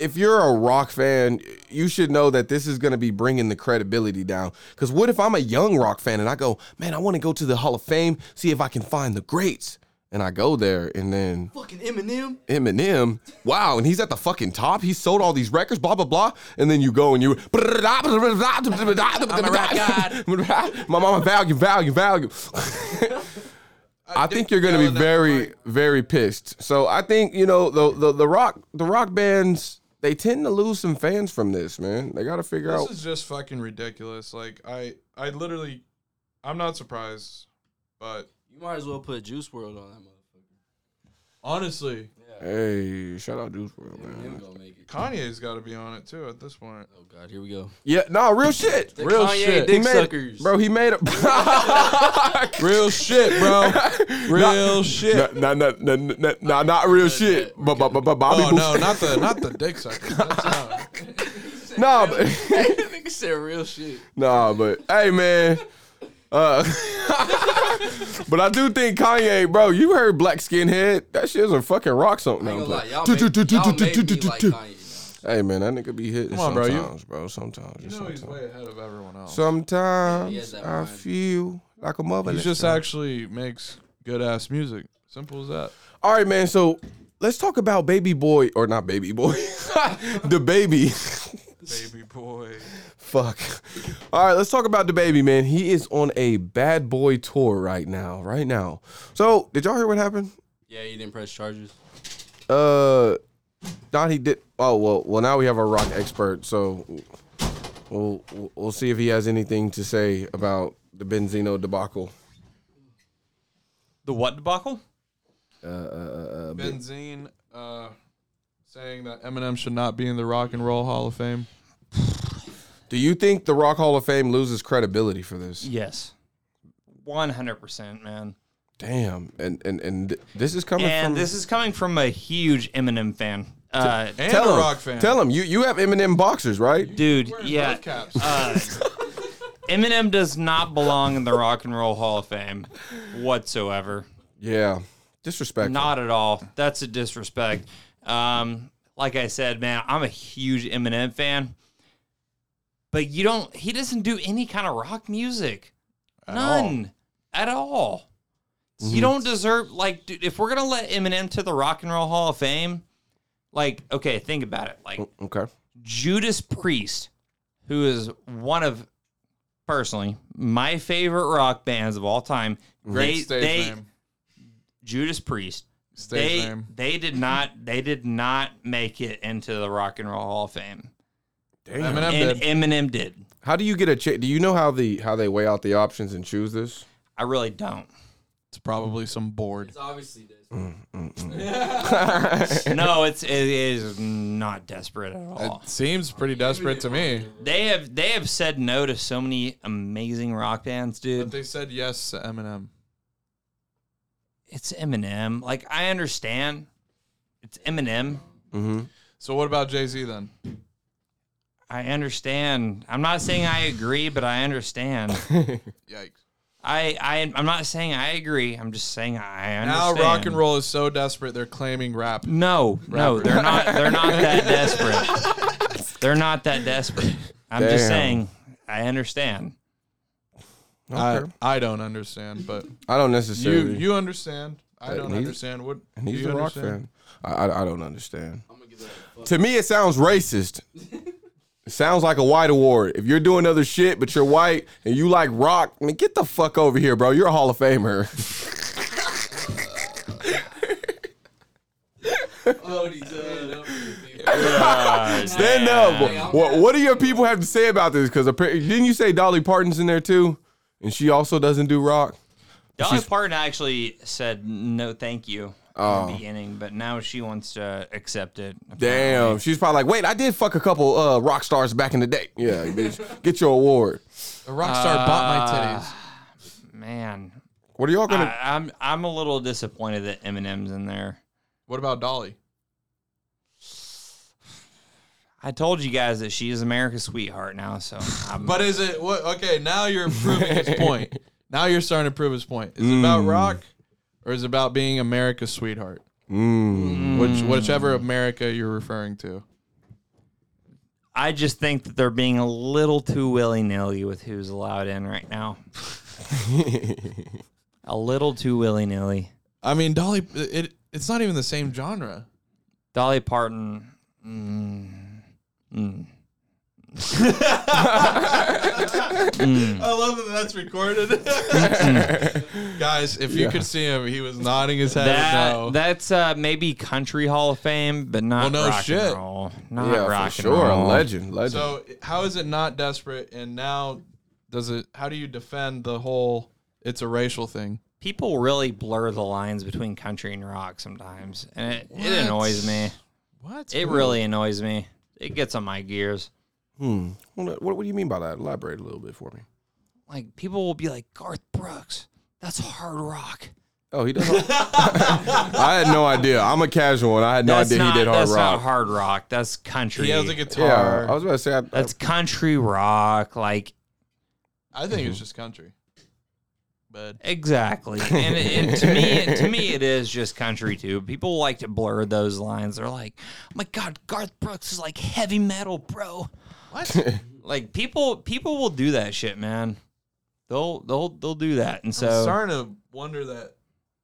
S1: if you're a rock fan, you should know that this is going to be bringing the credibility down. Because what if I'm a young rock fan and I go, man, I want to go to the Hall of Fame, see if I can find the greats, and I go there, and then
S4: Fucking Eminem.
S1: Eminem, wow, and he's at the fucking top. He sold all these records, blah blah blah, and then you go and you. (laughs) My mama value, value,
S4: (laughs)
S1: value. I think you're going to
S2: know
S1: be
S2: that
S1: very, very pissed. So I think you know the, the the rock the rock bands they tend to lose some fans from this man. They got to figure out.
S2: This is just fucking ridiculous. Like I I literally I'm not surprised, but
S4: You might as well put Juice World on that motherfucker.
S2: honestly,
S1: hey, shout out Juice World,
S4: Eminem
S1: man.
S4: gonna make it.
S2: Kanye's got to be on it too at this point.
S4: Oh god, here we go. (laughs)
S1: Yeah, no, real shit.
S4: The
S2: Real
S4: Kanye
S2: shit.
S1: He
S4: Dick
S1: made
S4: suckers.
S1: it, bro. He (laughs) made it.
S2: Real shit, bro.
S1: (laughs)
S2: Real shit.
S1: No, no, no, no, no, no, not real shit. But but but but Bobby
S2: oh
S1: Boucher-
S2: no, not the not the dick sucker. That's not.
S1: (laughs) Nah, but,
S4: Nigga said real shit.
S1: nah, but hey, man. Uh, (laughs) but I do think Kanye, bro. You heard Black Skinhead? That shit is a fucking rock song.
S4: I
S1: No, I'm
S4: ain't gonna lie,
S1: playing.
S4: y'all
S1: Do,
S4: make,
S1: do, do, do,
S4: y'all
S1: do,
S4: make
S1: do,
S4: me
S1: do, do,
S4: like
S1: do.
S4: Kanye now.
S1: Hey man, that nigga be hitting
S2: Come on, bro, you-
S1: sometimes, bro. Sometimes,
S2: You
S1: just
S2: know he's
S1: sometimes.
S2: way ahead of everyone else.
S4: Yeah, he
S1: Sometimes
S4: has that
S1: I
S4: mind.
S1: feel like a mother.
S2: he just actually makes good ass music. Simple as that.
S1: All right, man. So let's talk about Baby Boy, or not Baby Boy, (laughs) the baby.
S2: Baby boy.
S1: (laughs) Fuck. All right, let's talk about the baby, man. He is on a bad boy tour right now. Right now. So, did y'all hear what happened?
S4: Yeah, he didn't press charges.
S1: Uh, not he did. Oh well, well now we have our rock expert. So, we'll we'll see if he has anything to say about the Benzino debacle.
S3: The what debacle?
S2: uh. Benzine uh, saying that Eminem should not be in the Rock and Roll Hall of Fame.
S1: Do you think the Rock Hall of Fame loses credibility for this?
S3: Yes. 100%, man.
S1: Damn. And and and th- this is coming
S3: And
S1: from.
S3: this is coming from a huge Eminem fan. Uh,
S2: And
S1: tell
S2: a
S1: him.
S2: rock fan.
S1: Tell him you you have Eminem boxers, right?
S3: dude,
S2: Wearing
S3: yeah.
S2: both caps.
S3: Uh, Eminem does not belong in the Rock and Roll Hall of Fame whatsoever.
S1: Yeah, disrespectful.
S3: Not at all. That's a disrespect. Um, like I said, man, I'm a huge Eminem fan, but you don't. He doesn't do any kind of rock music. None at all. You don't deserve like, dude. If we're gonna let Eminem to the Rock and Roll Hall of Fame, like, okay, think about it. Like,
S1: okay.
S3: Judas Priest, who is one of personally my favorite rock bands of all time.
S2: Great
S3: they,
S2: stage
S3: they-
S2: name.
S3: Judas Priest.
S2: Stage
S3: they
S2: name.
S3: they did not they did not make it into the Rock and Roll Hall of Fame,
S1: Damn.
S2: Eminem
S3: and
S2: did.
S3: Eminem did.
S1: How do you get a check? Do you know how the how they weigh out the options and choose this?
S3: I really
S2: (laughs)
S3: don't.
S2: It's probably some board.
S4: It's obviously this.
S3: No, it's it is not desperate at all.
S2: It seems pretty desperate to me.
S3: They have they have said no to so many amazing rock bands, dude.
S2: But they said yes to Eminem.
S3: it's Eminem. Like I understand, it's Eminem.
S2: So what about Jay Z then?
S3: I understand. I'm not saying I agree, but I
S2: (laughs)
S3: understand.
S2: Yikes.
S3: I, I I'm not saying I agree. I'm just saying I
S2: Now
S3: understand.
S2: rock and roll is so desperate they're claiming rap.
S3: No, no,
S2: Rapper.
S3: they're not.
S2: (laughs)
S3: They're not that desperate. They're not that desperate. I'm
S1: Damn.
S3: just saying. I understand.
S2: I, I don't understand, but
S1: I don't
S2: you
S1: necessarily.
S2: you understand. I don't
S1: Uh, he's-
S2: understand. What
S1: and he's
S2: you
S1: a rock
S2: understand?
S1: fan. I, I I don't understand.
S4: I'm gonna give that a fuck.
S1: To me, it sounds racist. It sounds like a white award. If you're doing other shit, but you're white and you like rock, I mean, get the fuck over here, bro. You're a Hall of Famer. (laughs)
S4: Oh, these, uh,
S1: Stand up. What, what do your people have to say about this? Because didn't you say Dolly Parton's in there too, and she also doesn't do rock?
S3: Dolly Parton actually said no, thank you.
S2: Oh.
S3: In the beginning, but now she wants to accept it.
S1: Damn, she's probably like, wait, I did fuck a couple uh, rock stars back in the day. Yeah, bitch, get your award.
S2: A rock star bought my titties.
S3: man,
S1: What are y'all gonna?
S3: I, I'm I'm a little disappointed that Eminem's in there.
S2: What about Dolly?
S3: I told you guys that she is America's sweetheart now, so I'm,
S2: But is it what? Okay, now you're proving his
S1: (laughs)
S2: point. Now you're starting to prove his point. Is it about rock, or is it about being America's sweetheart?
S1: Mm. (laughs)
S2: Which whichever America you're referring to.
S3: I just think that they're being a little too willy nilly with who's allowed in right now. a little too willy nilly.
S2: I mean, Dolly. It it's not even the same genre.
S3: Dolly Parton. Mm, mm.
S2: I love that that's recorded. Guys, if you could see him, he was nodding his head.
S3: That,
S2: no.
S3: That's uh, maybe Country Hall of Fame, but not
S2: Well, no
S3: rock
S2: shit.
S3: and roll. Not
S1: yeah,
S3: rock
S1: for
S3: and
S1: sure, a
S3: roll.
S1: legend, legend.
S2: so how is it not desperate? And now, does it? How do you defend the whole? It's a racial thing.
S3: People really blur the lines between country and rock sometimes, and it, it annoys me.
S2: What?
S3: It really annoys me. It gets on my gears.
S1: hmm. what, what do you mean by that? Elaborate a little bit for me.
S3: Like people will be like Garth Brooks. That's hard rock.
S1: Oh, he does. (laughs) I had no idea. I'm a casual, and I had no
S3: that's
S1: idea
S3: not,
S1: he did hard
S3: that's
S1: rock.
S3: not hard rock. That's country.
S2: He has
S1: yeah,
S2: a guitar.
S1: I was about to say. I,
S3: that's country rock. Like
S2: I think it's just country. But
S3: exactly. And, and to me, to me, it is just country too. People like to blur those lines. They're like, oh my God, Garth Brooks is like heavy metal, bro.
S2: what?
S3: (laughs) Like people, people will do that shit, man. They'll they'll they'll do that. And so
S2: I'm starting to wonder that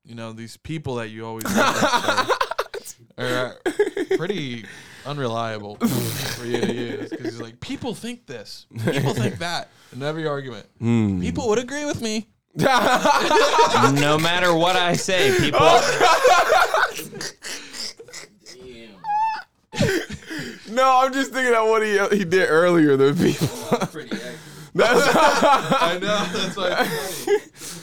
S2: you know these people that you (laughs) always reference are, are pretty unreliable for you to use because like people think this, people think that in every argument. People would agree with me.
S3: no matter what I say, people.
S1: (laughs)
S2: (laughs)
S1: no, I'm just thinking of what he he did earlier than people. (laughs)
S4: pretty accurate.
S1: That's,
S2: I know that's like funny.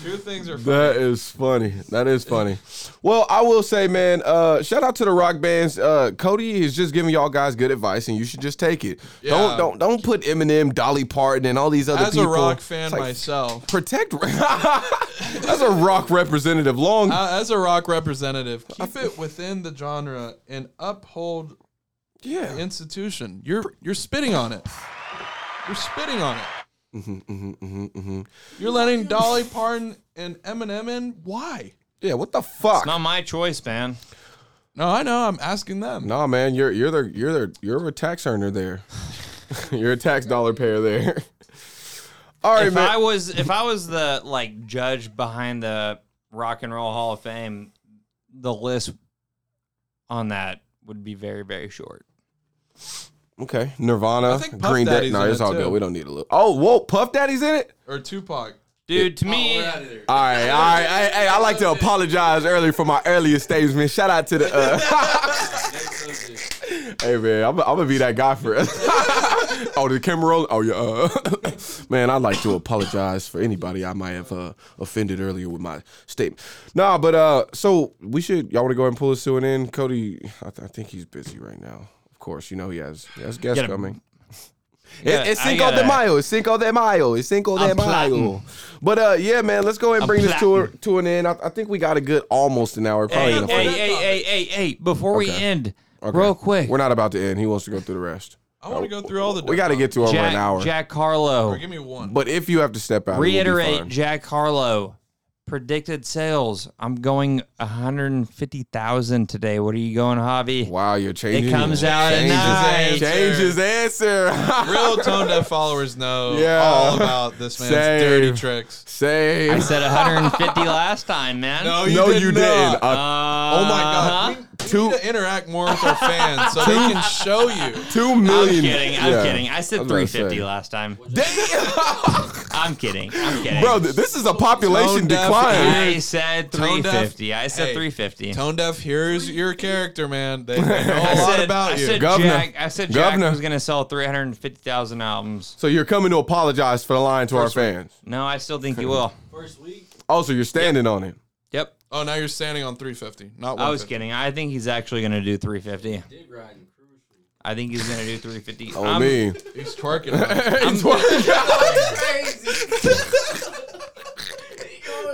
S2: two things are funny.
S1: that is funny. That is funny. Well, I will say, man, uh, shout out to the rock bands. Uh, Cody is just giving y'all guys good advice, and you should just take it. Don't
S2: Yeah.
S1: don't don't put Eminem, Dolly Parton, and all these other
S2: As a
S1: people.
S2: rock
S1: It's
S2: fan
S1: like,
S2: myself,
S1: protect. (laughs) That's a rock representative. Long
S2: uh, as a rock representative, keep it within the genre and uphold
S1: yeah.
S2: institution. You're you're spitting on it. You're spitting on it.
S1: Mm-hmm,
S2: You're letting Dolly Parton and Eminem in? Why?
S1: Yeah, what the fuck?
S3: It's not my choice, man.
S2: No, I know. I'm asking them.
S1: nah, man, you're you're their you're their you're a tax earner there. (laughs) you're a tax dollar payer there. (laughs) All right,
S3: if
S1: man.
S3: I was if I was the like judge behind the Rock and Roll Hall of Fame, the list on that would be very very short.
S1: okay, Nirvana,
S2: I think Puff
S1: Green Day.
S2: Daddy's
S1: No,
S2: in
S1: it's
S2: it,
S1: all
S2: too.
S1: good. We don't need a look. Oh, whoa, Puff Daddy's in it.
S2: Or Tupac.
S3: Dude,
S2: Oh,
S3: to me,
S4: we're out of there.
S1: All right, all right. Hey, hey, I like to apologize early for my earlier statements. man. Shout out to the. Uh, (laughs)
S4: Next subject.
S1: hey man, I'm, I'm gonna be that guy for. (laughs) oh, the camera roll. Oh yeah. Uh, (laughs) man, I'd like to apologize for anybody I might have uh, offended earlier with my statement. Nah, but uh, so we should. Y'all want to go ahead and pull this to an end, Cody? I, th- I think he's busy right now. Of course, you know he has. He has guests
S3: Gotta-
S1: coming.
S3: Yeah,
S1: It- it's
S3: I
S1: Cinco de
S3: gotta-
S1: Mayo. It's Cinco de Mayo. It's Cinco de
S3: I'm
S1: Mayo.
S3: plotting.
S1: But uh, yeah, man, let's go ahead and
S3: I'm
S1: bring this to, a,
S3: plotting.
S1: to an end. I, I think we got a good almost an hour. Probably
S3: hey,
S1: gonna
S3: hey,
S1: finish.
S3: hey, hey, hey, hey, before we
S1: Okay.
S3: end,
S1: Okay.
S3: real quick,
S1: We're not about to end. He wants to go through the rest.
S2: I want to go through all the.
S1: We got to get to over
S3: Jack,
S1: an hour.
S3: Jack Harlow.
S2: Or give
S1: (laughs)
S2: me one.
S1: But if you have to step out, it will be
S3: Reiterate,
S1: fine.
S3: Jack Harlow predicted sales. I'm going 150,000 today. What are you going, Javi?
S1: Wow, you're changing.
S3: comes out at
S1: changes,
S3: night.
S1: Change his answer. (laughs)
S2: Real tone deaf followers know
S1: Yeah.
S2: all about this man's
S1: Save.
S2: dirty tricks.
S1: Say.
S3: I said 150 last time, man.
S2: No,
S1: no,
S2: did
S1: you
S2: not.
S1: didn't. Uh,
S2: Oh my god.
S3: Uh-huh.
S2: We, we
S1: Two-
S2: need to interact more with our fans so they can
S1: (laughs)
S2: show you.
S1: Two
S3: I'm
S1: million.
S3: kidding. I'm
S1: Yeah.
S3: kidding. I said
S1: was gonna
S3: 350
S1: say.
S3: last time.
S1: Damn.
S3: I'm kidding. I'm kidding.
S1: Bro, th- this is a population
S2: Tone deaf
S1: decline.
S3: I said
S2: Tone deaf.
S3: 350. I said
S2: Hey,
S3: 350.
S2: Tone deaf, here's your character, man.
S1: (laughs)
S2: They, they know a
S3: I
S2: lot
S3: said,
S2: about
S3: I
S2: you.
S3: said
S1: Governor.
S3: Jack, I said Jack
S1: Governor.
S3: was going to sell 350,000 albums.
S1: So you're coming to apologize for the line to our fans.
S3: No, I still think he will.
S4: First week.
S1: Also, you're standing on it.
S3: Yep.
S2: oh, now you're standing on 350. Not
S3: I was
S2: 150.
S3: kidding. I think he's actually going to do 350.
S4: Dig riding. Crucial.
S3: I think he's going to do 350.
S1: On
S3: I'm-
S1: Oh,
S3: (laughs)
S1: me.
S2: He's twerking. man.
S1: It's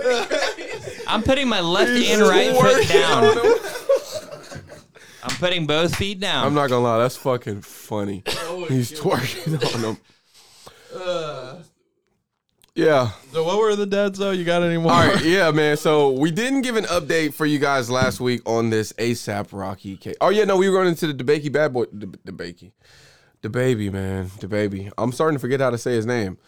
S1: working.
S3: I'm putting my left and right foot down.
S1: (laughs)
S3: I'm putting both feet down.
S1: I'm not gonna lie, that's fucking funny.
S3: Oh,
S1: He's twerking on them.
S3: Uh.
S1: Yeah.
S2: (laughs) so what were the deads though? You got any more?
S1: All right. Yeah, man. So we didn't give an update for you guys last week on this ASAP Rocky case. Oh yeah, no, we were going into the DeBakey bad boy, the DeBakey, the baby man, the baby. I'm starting to forget how to say his name.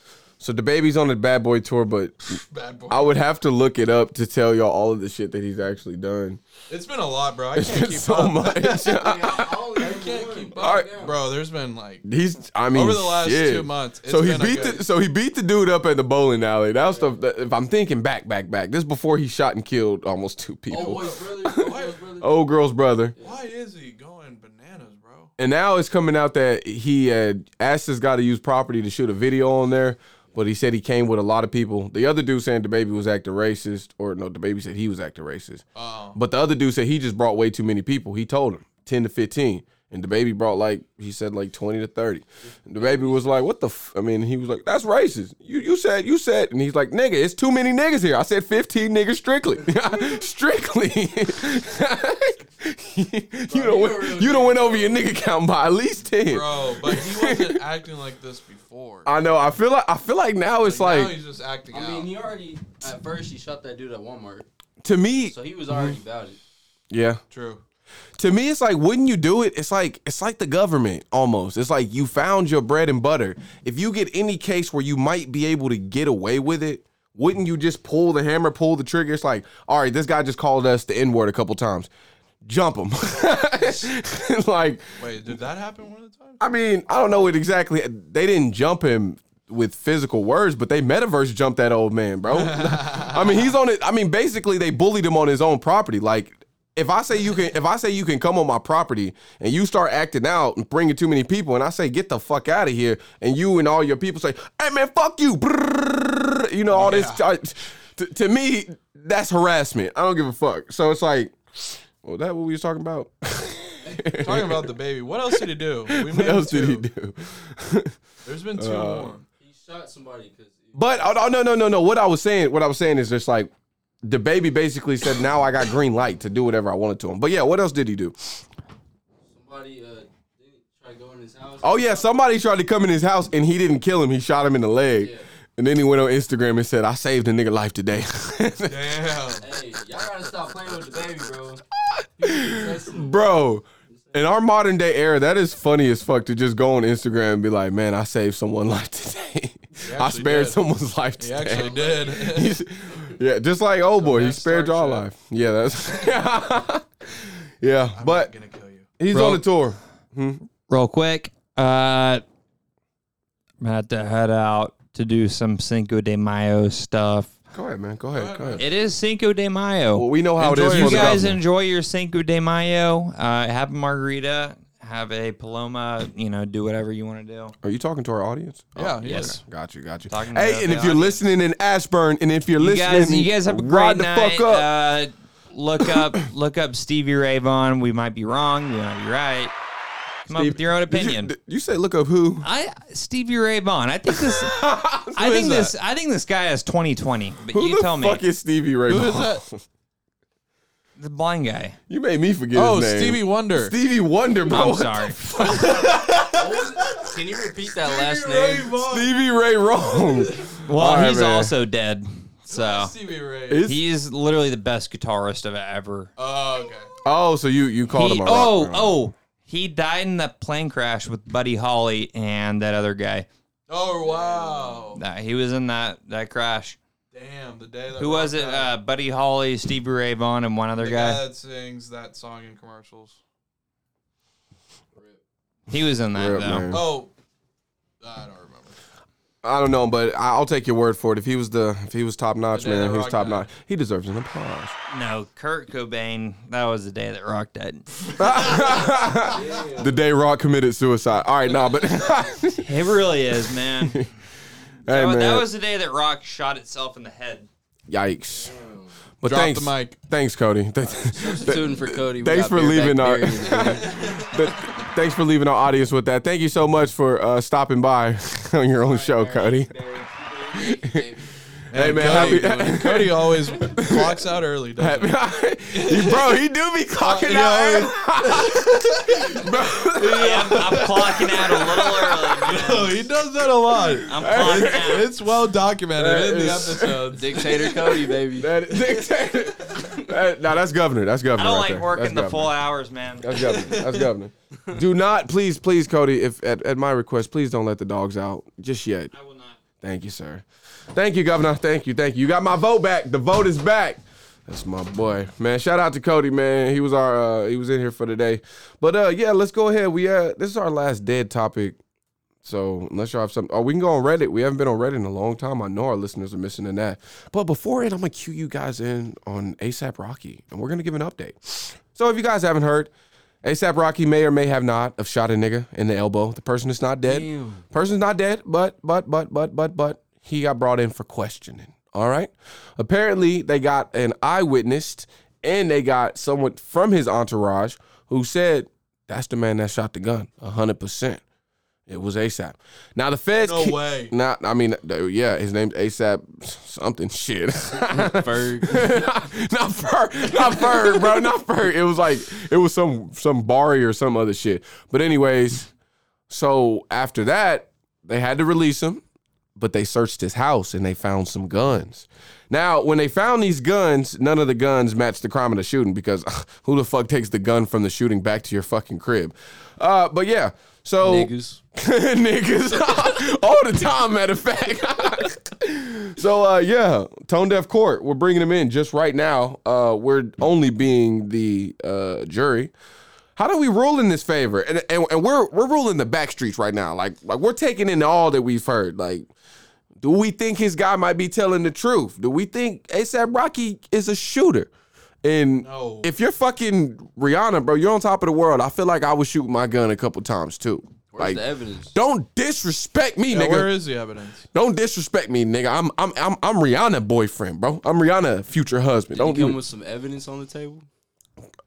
S1: So the baby's on the bad boy tour, but
S2: (laughs) Bad boy.
S1: I would have to look it up to tell y'all all of the shit that he's actually done.
S2: It's been a lot, bro. I
S1: It's
S2: can't
S1: been (laughs)
S2: keep
S1: so
S2: up.
S1: much.
S2: (laughs)
S4: I
S2: can't keep up.
S1: All right.
S2: (laughs) Bro, there's been like
S1: He's, I mean,
S2: Over the last
S1: shit.
S2: two months, it's
S1: so he
S2: been a
S1: beat the,
S2: good-
S1: so he beat the dude up at the bowling alley. That was the, if I'm thinking back, back, back. This is before he shot and killed almost two
S4: Oh,
S1: people.
S4: boy, brother.
S1: (laughs)
S4: brother.
S1: Old girl's brother,
S2: why is he going bananas, bro?
S1: and now it's coming out that he had asked this guy to use property to shoot a video on there, but he said he came with a lot of people. The other dude saying the baby was acting racist, or no, the baby said he was acting racist.
S2: Oh.
S1: But the other dude said he just brought way too many people. He told him 10 to 15. And the baby brought like he said like 20 to 30. And the baby was like, "What the f-? I mean, he was like, "That's racist. You you said you said." And he's like, "Nigga, it's too many niggas here. I said 15 niggas strictly. (laughs) strictly." you don't went, you don't went over your nigga count by at least 10.
S2: Bro, but
S1: (laughs)
S2: he wasn't acting like this before.
S1: I know. I feel like I feel like now it's
S2: Like,
S1: like,
S2: now he's just acting
S4: I mean,
S2: out.
S4: he already at first he shot that dude at Walmart,
S1: to me,
S4: so he was already about it.
S1: yeah.
S2: True.
S1: to me it's like wouldn't you do it it's like it's like the government almost it's like you found your bread and butter if you get any case where you might be able to get away with it wouldn't you just pull the hammer pull the trigger it's like all right this guy just called us the n-word a couple times jump him (laughs) like
S2: Wait, did that happen one of
S1: (laughs)
S2: the times?
S1: i mean i don't know it exactly they didn't jump him with physical words but they metaverse jumped that old man bro (laughs) i mean he's on it i mean basically they bullied him on his own property like if I say you can, if I say you can come on my property and you start acting out and bringing too many people, and I say get the fuck out of here, and you and all your people say, "Hey man, fuck you," brrrr, you know all this. I- to, to me, that's harassment. I don't give a fuck. So it's like, well, that what we was talking about.
S2: Talking about the baby. What else did
S1: (laughs)
S2: he do? We made
S1: what else
S2: two.
S1: did he do? (laughs) Uh,
S2: There's been two more.
S4: He shot somebody because
S1: But oh, no, no, no, no. What I was saying, what I was saying is just like the baby basically said, "Now I got green light to do whatever I wanted to him." But yeah, what else did he do?
S4: somebody uh didn't try
S1: Oh yeah, somebody tried to come in his house and he didn't kill him. He shot him in the leg. And then he went on Instagram and said, "I saved a nigga life today." (laughs)
S2: Damn.
S4: Hey, y'all gotta stop playing with the baby, bro.
S1: Bro, in our modern day era, that is funny as fuck to just go on Instagram and be like, "Man, I saved someone's (laughs) life today. I
S2: actually
S1: spared
S2: did.
S1: someone's life (laughs)
S2: He
S1: today."
S2: actually did. (laughs)
S1: He's- yeah, just like old boy, he
S2: that's
S1: spared
S2: dark
S1: y'all
S2: shit.
S1: life. Yeah, that's (laughs) yeah. (laughs) but
S2: gonna kill you.
S1: he's
S3: Bro.
S1: on a tour.
S3: Real quick, uh, I'm gonna have to head out to do some Cinco de Mayo stuff.
S1: Go ahead, man. Go ahead. Go ahead.
S3: It is Cinco de Mayo.
S1: Well, we know how it
S2: Enjoy
S1: is.
S3: you
S1: for the
S3: guys
S1: government.
S3: enjoy your Cinco de Mayo. Uh, have a margarita. Have a Paloma. You know, do whatever you want to do.
S1: Are you talking to our audience? Oh,
S2: Yeah,
S1: okay.
S3: yes.
S1: Got you. Got you.
S3: Talking to
S1: hey, and
S3: the
S1: if you're listening in Ashburn, and if you're
S3: You
S1: listening,
S3: guys, you guys have a
S1: ride
S3: great
S1: the
S3: night.
S1: fuck up.
S3: Uh,
S1: (coughs)
S3: look up, look up Stevie Ray Vaughan. We might be wrong. We might be right. Come up uh, with your own
S1: Did you-
S3: opinion.
S1: did You, say look up who?
S3: I Stevie Ray Vaughan. I
S1: (laughs)
S3: think this. I think
S1: that?
S3: this. I think this guy is 2020. But
S1: Who
S3: you
S1: the
S3: tell me,
S1: fuck is Stevie Ray?
S2: Who is
S1: Vaughan?
S3: the blind guy.
S1: (laughs) You made me forget
S2: Oh,
S1: his name.
S2: Stevie Wonder.
S1: Stevie Wonder, bro.
S3: I'm
S1: What the
S3: sorry.
S4: Can you repeat that last
S2: Ray
S4: name?
S1: (laughs)
S2: Vaughan.
S1: Stevie Ray wrong.
S3: Well,
S1: All right,
S3: he's
S1: man.
S3: also dead.
S1: (laughs)
S3: So
S2: Stevie Ray.
S1: Is-
S3: he's literally the best guitarist of ever.
S2: oh, okay.
S1: oh, so you you called
S3: He-
S1: him a
S3: oh,
S1: rock, oh.
S3: oh, he died in that plane crash with Buddy Holly and that other guy.
S2: Oh wow.
S3: Nah, he was in that that crash.
S2: Damn, the day that
S3: Who was it? Uh, Buddy Holly, Stevie Ray Vaughan, and one other
S2: the guy
S3: guy.
S2: that sings that song in commercials.
S3: He was in that
S1: Rip,
S3: though.
S1: man.
S2: Oh, I don't remember.
S1: I don't know, but I- I'll take your word for it. If he was the if he was top notch,
S2: The day
S1: man,
S2: that
S1: he was
S2: rock
S1: top
S2: died.
S1: notch. He deserves an applause.
S3: No, Kurt Cobain. That was the day that Rock died.
S1: The day Rock committed suicide. All right, nah, but (laughs) hey
S3: It really
S1: (laughs)
S3: is, man. Oh, that, was,
S1: man,
S3: that was the day that Rock shot itself in the head.
S1: yikes. But
S2: Drop
S1: thanks,
S2: the mic.
S1: thanks, Cody. (laughs)
S4: Substituting for Cody. we
S1: Thanks
S4: got
S1: for
S4: beer
S1: leaving our-
S4: bacteria.
S1: But (laughs) thanks for leaving our audience with that. Thank you so much for uh, stopping by (laughs) on your own show, Cody. hey man,
S2: Cody,
S1: happy. (laughs)
S2: Cody always clocks out early. Doesn't he?
S1: You- bro, he do be clocking out.
S3: Yeah, I'm, I'm clocking out a little early.
S2: Oh, he does that a lot.
S3: I'm clocking out.
S2: (laughs) It's well documented in the
S1: It's-
S2: episodes.
S4: Dictator Cody,
S1: (laughs)
S4: baby.
S1: That (laughs) is- that, nah, that's governor. That's
S3: I
S1: governor.
S3: don't
S1: right
S3: like
S1: there.
S3: working the
S1: That's
S3: full
S1: governor.
S3: hours, man.
S1: That's governor. That's governor. Do not, please, please, Cody. If at, at my request, please don't let the dogs out just yet.
S3: I will not.
S1: Thank you, sir. Thank you, Governor. Thank you, thank you. You got my vote back. The vote is back. That's my boy, man. Shout out to Cody, man. He was our, uh, he was in here for today. But uh, yeah, let's go ahead. We uh, this is our last dead topic. So unless y'all have something, oh, we can go on Reddit. We haven't been on Reddit in a long time. I know our listeners are missing in that. But before it, I'm gonna cue you guys in on ASAP Rocky, and we're gonna give an update. So if you guys haven't heard, ASAP Rocky may or may have not have shot a nigga in the elbow. The person is not dead. Person's not dead, but but but but but but he got brought in for questioning. All right. Apparently, they got an eyewitness and they got someone from his entourage who said that's the man that shot the gun. hundred percent. It was ASAP. Now the feds. (laughs)
S2: No way.
S1: Now I mean, uh, yeah, his name's ASAP something shit.
S4: Ferg.
S1: (laughs) not fur, not fur, bro, not fur. It was like it was some some barry or some other shit. But anyways, so after that, they had to release him, but they searched his house and they found some guns. Now, when they found these guns, none of the guns matched the crime of the shooting because (laughs) who the fuck takes the gun from the shooting back to your fucking crib? Uh, but yeah, so
S4: Niggas.
S1: (laughs) niggas all the time. Matter of fact. (laughs) so uh, yeah, tone deaf court. We're bringing them in just right now. Uh, we're only being the uh, jury. How do we rule in this favor? And, and and we're we're ruling the back streets right now. Like like we're taking in all that we've heard. Like. Do we think his guy might be telling the truth? Do we think ASAP Rocky is a shooter? And
S2: No.
S1: if you're fucking Rihanna, bro, you're on top of the world. I feel like I would shoot my gun a couple times too.
S4: Where's
S1: like
S4: the evidence?
S1: don't disrespect me,
S2: Yeah,
S1: nigga.
S2: where is the evidence?
S1: Don't disrespect me, nigga. I'm I'm I'm I'm Rihanna boyfriend, bro. I'm Rihanna future husband.
S4: Don't
S1: Don't
S4: come
S1: you?
S4: with some evidence on the table?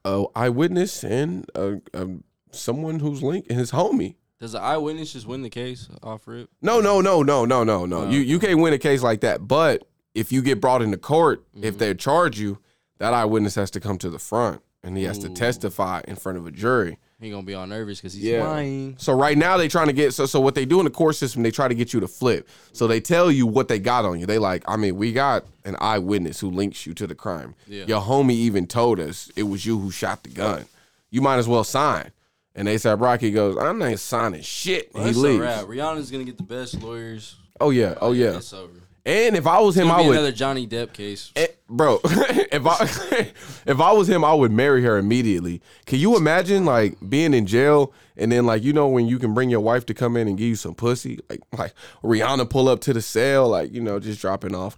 S1: Uh, eyewitness and uh, um, someone who's linked and his homie.
S4: Does the eyewitness just win the case off rip?
S1: No, no, no, no, no, no, no. You you can't win a case like that. But if you get brought into court, if they charge you, that eyewitness has to come to the front and he has to testify in front of a jury.
S4: He gonna be all nervous because he's
S1: Yeah.
S4: lying.
S1: So right now they trying to get so so what they do in the court system they try to get you to flip. So they tell you what they got on you. They like, I mean, we got an eyewitness who links you to the crime.
S4: Yeah.
S1: Your homie even told us it was you who shot the gun. You might as well sign. And ASAP Rocky goes, I'm not signing shit. And he
S4: That's a
S1: leaves.
S4: wrap. Rihanna's gonna get the best lawyers.
S1: Oh yeah, oh yeah.
S4: It's over.
S1: And if I was him,
S4: It'll
S1: I
S4: be
S1: would
S4: another Johnny Depp case.
S1: Eh, bro. (laughs) if I (laughs) if I was him, I would marry her immediately. Can you imagine like being in jail and then like you know when you can bring your wife to come in and give you some pussy, like like Rihanna pull up to the cell, like you know just dropping off,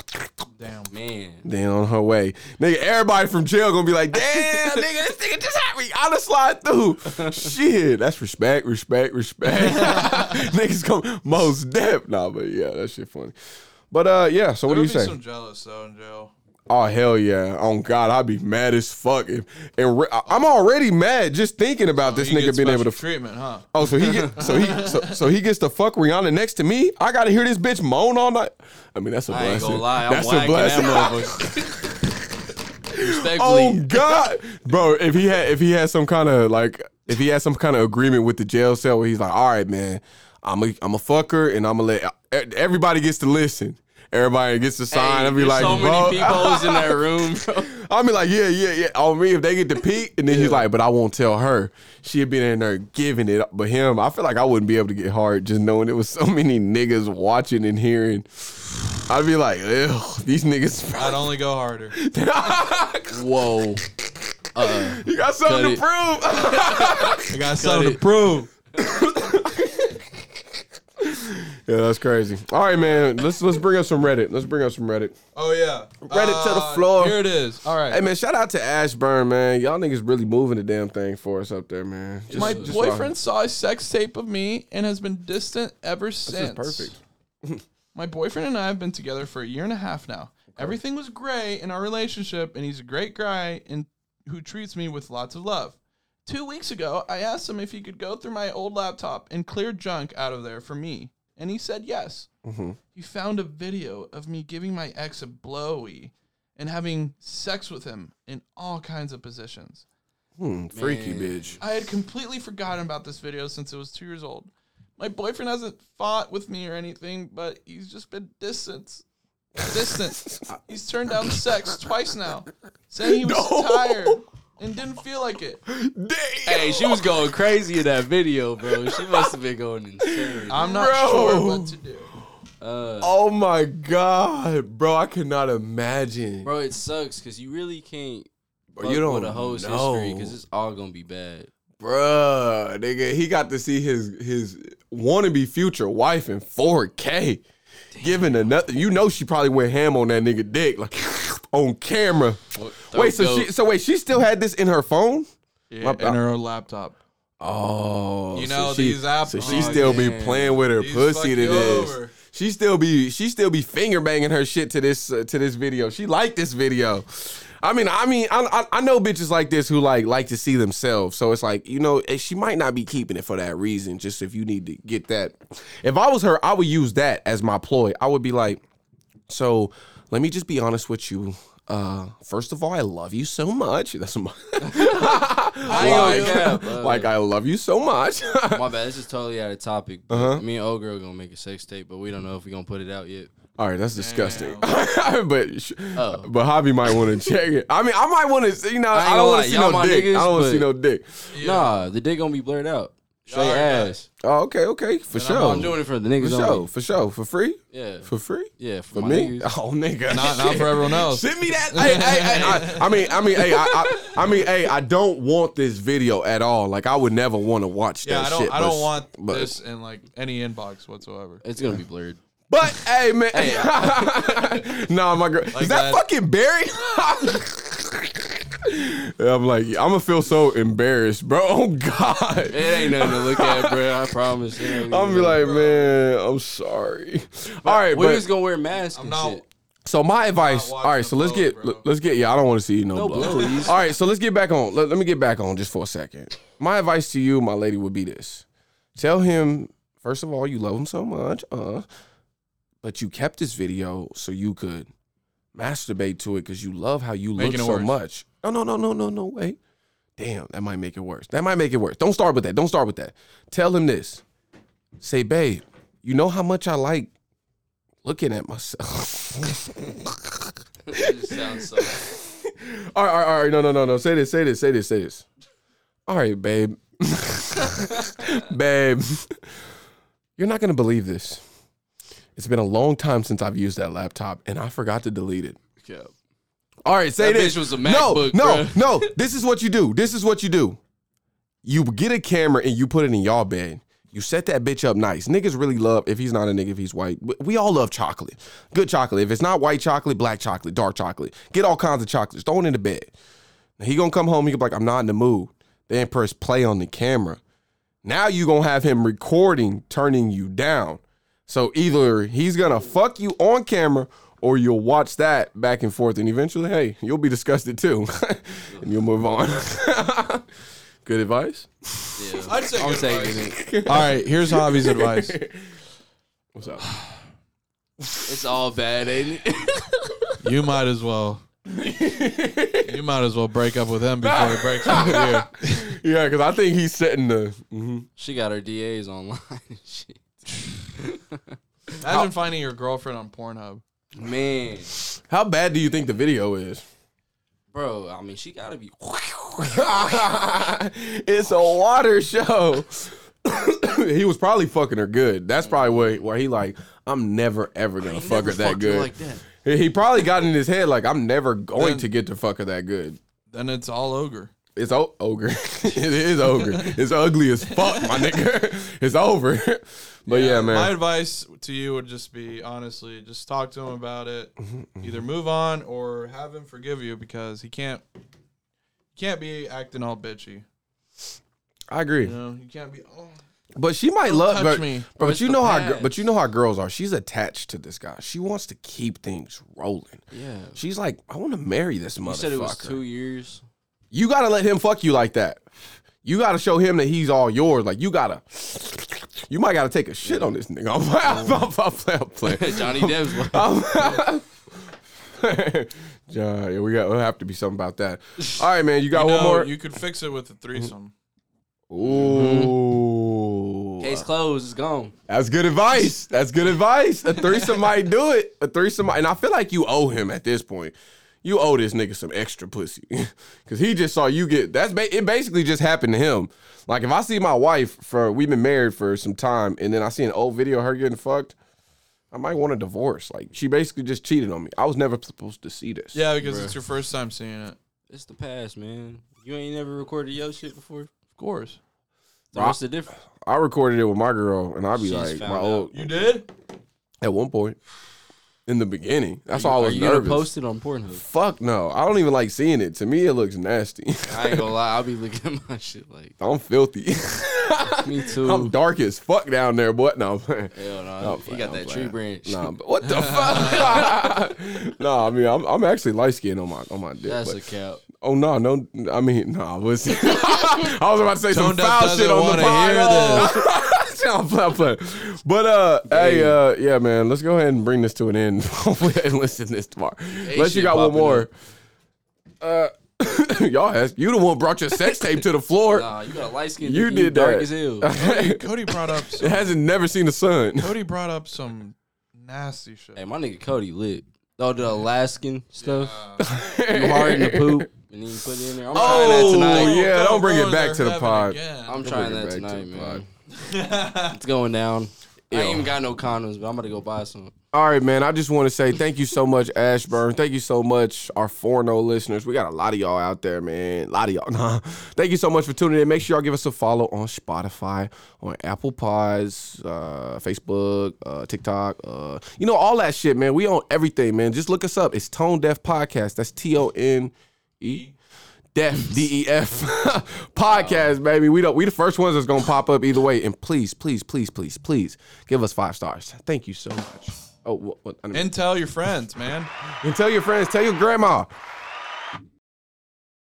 S1: (laughs)
S2: Damn.
S4: Man,
S1: then on her way, nigga. Everybody from jail gonna be like, damn, nigga, this nigga just had Rihanna slide through. Shit, that's respect, respect, respect. (laughs) Niggas come most depth, nah, but yeah, that shit funny. But uh, yeah. So what do
S2: There
S1: you
S2: would be
S1: say?
S2: some jealous though in jail.
S1: Oh hell yeah! Oh god, I'd be mad as fuck. If, and re- I- I'm already mad just thinking about this
S2: You
S1: nigga
S2: get
S1: being able
S2: special
S1: to.
S2: treatment, huh?
S1: oh, so he get, so he
S4: (laughs)
S1: so, so he gets to fuck Rihanna next to me. I gotta hear this bitch moan all night. I mean, that's a
S4: I
S1: blessing.
S4: ain't gonna lie. I'm
S1: that's a
S4: whacking that
S1: blessing.
S4: motherfucker. Respectfully,
S1: (laughs) oh god, bro! If he had if he had some kind of like if he had some kind of agreement with the jail cell where he's like, all right, man, I'm a I'm a fucker and I'm gonna let e- everybody gets to listen. Everybody gets to sign. I'd be
S4: there's
S1: like,
S4: so
S1: bro,
S4: many people's in
S1: (laughs)
S4: that room. Bro.
S1: I'll be like, yeah, yeah, yeah. On me, if they get to peek, and then he's like, but I won't tell her. She'd been in there giving it, up. but him, I feel like I wouldn't be able to get hard just knowing it was so (laughs) many niggas watching and hearing. I'd be like, ugh, these niggas.
S2: I'd only go harder.
S4: Whoa. Uh,
S1: you got something to prove.
S2: I got something to
S4: it.
S2: prove.
S1: yeah, that's crazy. All right, man. Let's let's bring up some Reddit. Let's bring up some Reddit.
S2: Oh yeah. Uh,
S1: Reddit to the floor.
S2: Here it is. All right.
S1: Hey, man. Shout out to Ashburn, man. Y'all niggas really moving the damn thing for us up there, man. Just-
S2: My
S1: just-
S2: boyfriend saw a sex tape of me and has been distant ever since.
S1: This is perfect.
S2: My boyfriend and I have been together for a year and a half now. Everything was gray in our relationship, and he's a great guy and who treats me with lots of love. Two weeks ago, I asked him if he could go through my old laptop and clear junk out of there for me, and he said yes.
S1: Mm-hmm.
S2: He found a video of me giving my ex a blowy and having sex with him in all kinds of positions.
S1: Hmm, freaky bitch.
S2: I had completely forgotten about this video since it was two years old. My boyfriend hasn't fought with me or anything, but he's just been distant.
S1: (laughs)
S2: Distant. he's turned down sex twice now, saying he was
S1: No.
S2: tired and didn't feel like it.
S1: (gasps) Damn.
S4: Hey, she was going crazy in that video, bro. She must have been going insane.
S2: I'm not
S1: Bro.
S2: sure what to do.
S4: Uh,
S1: Oh my god, bro! I cannot imagine.
S4: bro, it sucks because you really can't.
S1: Bro,
S4: fuck
S1: you don't
S4: with a hoe's
S1: know.
S4: history because it's all gonna be bad.
S1: Bruh, nigga, he got to see his his wannabe future wife in 4K. Giving another, you know, she probably went ham on that nigga dick, like (laughs) on camera. Wait, so she, so wait, she still had this in her phone? My-
S2: and her own laptop.
S1: Oh,
S2: You
S1: so
S2: know,
S1: she-
S2: these app-
S1: So she
S2: oh,
S1: still be
S4: damn.
S1: playing with her
S2: These fuck
S1: pussy to
S2: you
S1: this.
S2: over.
S1: She still be she still be finger banging her shit to this uh, to this video. She liked this video. I mean, I mean, I, I I know bitches like this who like like to see themselves. So it's like you know eh, she might not be keeping it for that reason. Just if you need to get that. If I was her, I would use that as my ploy. I would be like, so let me just be honest with you. Uh, first of all, I love you so much. (laughs) That's my
S4: ain't gonna
S1: (laughs) like,
S4: cap, uh,
S1: like I love you so much. (laughs)
S4: My bad. This is totally out of topic. But
S1: Uh-huh.
S4: Me and old girl gonna make a sex tape, but we don't know if we gonna put it out yet.
S1: All right, that's disgusting. (laughs) but sh-
S4: Oh.
S1: but Hobby might
S4: (laughs)
S1: want to check it. I mean, I might want to. You know, I,
S4: ain't
S1: don't
S4: gonna
S1: want
S4: lie,
S1: to see
S4: y'all
S1: no
S4: my
S1: dick.
S4: niggas,
S1: I don't want to see
S4: but-
S1: no dick.
S4: Nah, the dick gonna be blurred out. Straight
S2: Y'all already
S4: ass.
S1: Oh, okay, okay, for
S4: I'm
S1: sure,
S4: doing it for the
S1: for
S4: niggas
S1: sure,
S4: only.
S1: for sure, for free,
S4: Yeah,
S1: for free.
S4: yeah, for,
S1: For
S4: my
S1: me? (laughs)
S4: niggas.
S1: Oh, nigga.
S2: Not, not for everyone
S1: (laughs)
S2: else.
S1: Send me that. hey, hey, hey, I, I mean, I mean, hey, I, I, I mean, hey, I don't want this video at all. Like, I would never want to watch
S2: Yeah,
S1: that
S2: I don't.
S1: shit.
S2: I
S1: but-
S2: don't want
S1: but-
S2: this in like any inbox whatsoever.
S4: It's gonna be blurred.
S1: But hey, man, (laughs) nah, my girl, is that,
S2: that.
S1: fucking Barry? (laughs) And I'm like, I'm gonna feel so embarrassed, bro. Oh God,
S4: It ain't nothing to look at, bro. I promise. It ain't
S1: I'm gonna
S4: even
S1: be
S4: nothing.
S1: like, man, I'm sorry. all right,
S4: we
S1: but
S4: was gonna wear masks and
S2: not-
S4: shit.
S1: so my advice.
S2: watching
S1: All right, so let's
S2: the
S1: get
S2: blow, bro.
S1: let's get. Yeah, I don't want to see you no,
S4: No
S1: blow.
S4: blowies.
S1: All right, so let's get back on. Let, let me get back on just for a second. My advice to you, my lady, would be this: Tell him first of all you love him so much, uh, but you kept this video so you could masturbate to it because you love how you
S2: Making
S1: look
S2: it
S1: so
S2: worse.
S1: much. No, no, no, no, no, no. Wait, Damn, that might make it worse. That might make it worse. Don't start with that. Don't start with that. Tell him this. Say, babe, you know how much I like looking at myself. (laughs)
S4: It just sounds so.
S1: all right, all right, all right. No, no, no, no. Say this, say this, say this, say this. All right, babe. (laughs) babe, you're not going to believe this. It's been a long time since I've used that laptop and I forgot to delete it.
S4: Yeah.
S1: All right, say
S4: That
S1: this.
S4: bitch was a
S1: no,
S4: MacBook,
S1: no, no. This is what you do. This is what you do. You get a camera and you put it in y'all bed. You set that bitch up nice. Niggas really love if he's not a nigga, if he's white. We- We all love chocolate. Good chocolate. If it's not white chocolate, black chocolate, dark chocolate. Get all kinds of chocolates. Throw it in the bed. Now he gonna come home. He gonna be like, I'm not in the mood. Then press play on the camera. Now you gonna have him recording, turning you down. So either he's gonna fuck you on camera, or you'll watch that back and forth, and eventually, hey, you'll be disgusted too, (laughs) and you'll move on. (laughs) Good advice.
S4: yeah.
S2: I'd say.
S4: I'm taking
S2: (laughs)
S4: it.
S2: All right, here's
S1: (laughs)
S2: Javi's advice.
S1: What's up?
S4: It's all bad, ain't it?
S2: You might as well. You might as well break up with him before he breaks up with you.
S1: Yeah, because I think he's setting the. mm-hmm.
S4: she got her DAs online. and (laughs) shit.
S2: Imagine finding your girlfriend on Pornhub.
S4: Man,
S1: How bad do you think the video is?
S4: bro. I mean, she gotta be.
S1: (laughs) it's a water show. (coughs) he was probably fucking her good. That's probably where, where he like, I'm never ever gonna fuck her that good.
S4: Like that.
S1: He he probably got in his head like, I'm never going
S2: Then-
S1: to get to fuck her that good.
S2: Then it's all ogre.
S1: It's o- ogre. (laughs) it is ogre. It's ugly as fuck, my nigga. (laughs) It's over. But yeah,
S2: My
S1: man.
S2: advice to you would just be honestly, just talk to him about it.
S1: Mm-hmm,
S2: Either move on or have him forgive you because he can't. You can't be acting all bitchy.
S1: I agree.
S2: You know, you can't be. Oh,
S1: But she might love
S2: touch
S1: but,
S2: me.
S1: But,
S4: It's
S1: you
S4: the
S1: know how gir-
S4: past.
S1: but you know how girls are. She's attached to this guy. She wants to keep things rolling.
S4: Yeah. (laughs)
S1: She's like, I want to marry this motherfucker.
S4: You said it was
S1: (laughs)
S4: two years. (laughs)
S1: you gotta let him fuck you like that. You gotta show him that he's all yours. Like you gotta, you might gotta take a shit on this nigga. (laughs) I'm, I'm, I'm, I'm playing. I'm
S4: (laughs)
S1: playing.
S4: Johnny Depp's like,
S1: I'm- John, (laughs) yeah, we got. We'll have to be something about that. All right, man. You got
S2: you
S1: one
S2: know,
S1: more. Mm-hmm.
S2: You could fix it with a threesome.
S1: Ooh,
S4: case closed. It's gone.
S1: that's good advice. That's good advice. A threesome might do it. A threesome, might, and I feel like you owe him at this point. You owe this nigga some extra pussy, (laughs) cause he just saw you get. That's ba- it. Basically, just happened to him. Like if I see my wife for we've been married for some time, and then I see an old video of her getting fucked, I might want a divorce. Like she basically just cheated on me. I was never supposed to see this.
S2: Yeah, because it's your first time seeing it.
S4: It's the past, man. You ain't never recorded your shit before.
S2: Of course.
S4: So what's the difference?
S1: I recorded it with my girl, and I'd be
S4: She's
S1: like,
S4: found
S1: my
S4: out.
S1: old
S2: You did?
S1: at one point in the beginning. That's
S4: Are
S1: all I was
S4: you
S1: nervous.
S4: gonna post it on Pornhub?
S1: Fuck no. I don't even like seeing it. To me, it looks nasty.
S4: I ain't gonna lie. I'll be looking at my shit like
S1: I'm filthy.
S4: me
S1: (laughs)
S4: too.
S1: I'm dark as fuck down there, but no. (laughs) man.
S4: Hell no,
S1: I'm
S4: he
S1: playing,
S4: got
S1: I'm
S4: that tree
S1: playing.
S4: branch.
S1: Nah, but what the fuck? (laughs) nah, I mean, I'm, I'm actually light skinned on my on my dick.
S4: (laughs) That's
S1: but-
S4: a cap.
S1: oh no, no, I mean, nah, listen. (laughs) I was about to say some
S2: Tone Deaf
S1: foul shit
S2: doesn't
S1: on the
S2: wanna
S1: pod.
S2: hear
S1: (laughs) I'm playing, I'm playing. But uh, hey, uh, yeah, man, let's go ahead and bring this to an end (laughs) and listen to this tomorrow. Unless you
S4: shit
S1: got one
S4: popping
S1: more. Uh, (laughs) y'all asked you the one brought your sex tape to the floor.
S4: Nah, you got light skin.
S1: er, You
S4: dick,
S1: did
S4: dark
S1: that.
S4: as hell.
S1: (laughs) it
S2: Cody brought up.
S1: (laughs)
S2: Some,
S1: hasn't never seen the sun.
S2: Cody brought up some nasty shit.
S4: hey, my nigga Cody lit. All the Alaskan stuff. You hard
S1: (laughs)
S4: in the poop and then you put it in there. I'm
S1: Oh,
S4: trying that tonight.
S1: yeah, don't bring it
S2: ruin
S1: back
S2: their
S1: to the
S2: heaven
S1: pod.
S2: again.
S4: I'm
S1: Don't bring
S4: trying
S1: it
S4: that
S1: back to
S4: tonight,
S1: the
S4: man. it's going down. I ain't even got no condoms, but I'm gonna go buy some.
S1: All right, man. I just want to say thank you so much, Ashburn. Thank you so much, our 4-0 listeners. We got a lot of y'all out there, man. A lot of y'all. (laughs) Nah. Thank you so much for tuning in. Make sure y'all give us a follow on Spotify, on Apple Pods, uh, Facebook, uh, TikTok. Uh, you know, all that shit, man. We on everything, man. Just look us up. It's Tone Deaf Podcast. That's T-O-N-E. E. Def D E F (laughs) podcast, baby. We don't we the first ones that's gonna pop up either way. And please, please, please, please, please give us five stars. Thank you so much. Oh, what, what, I didn't-
S2: And tell your friends, man.
S1: and tell your friends, tell your grandma,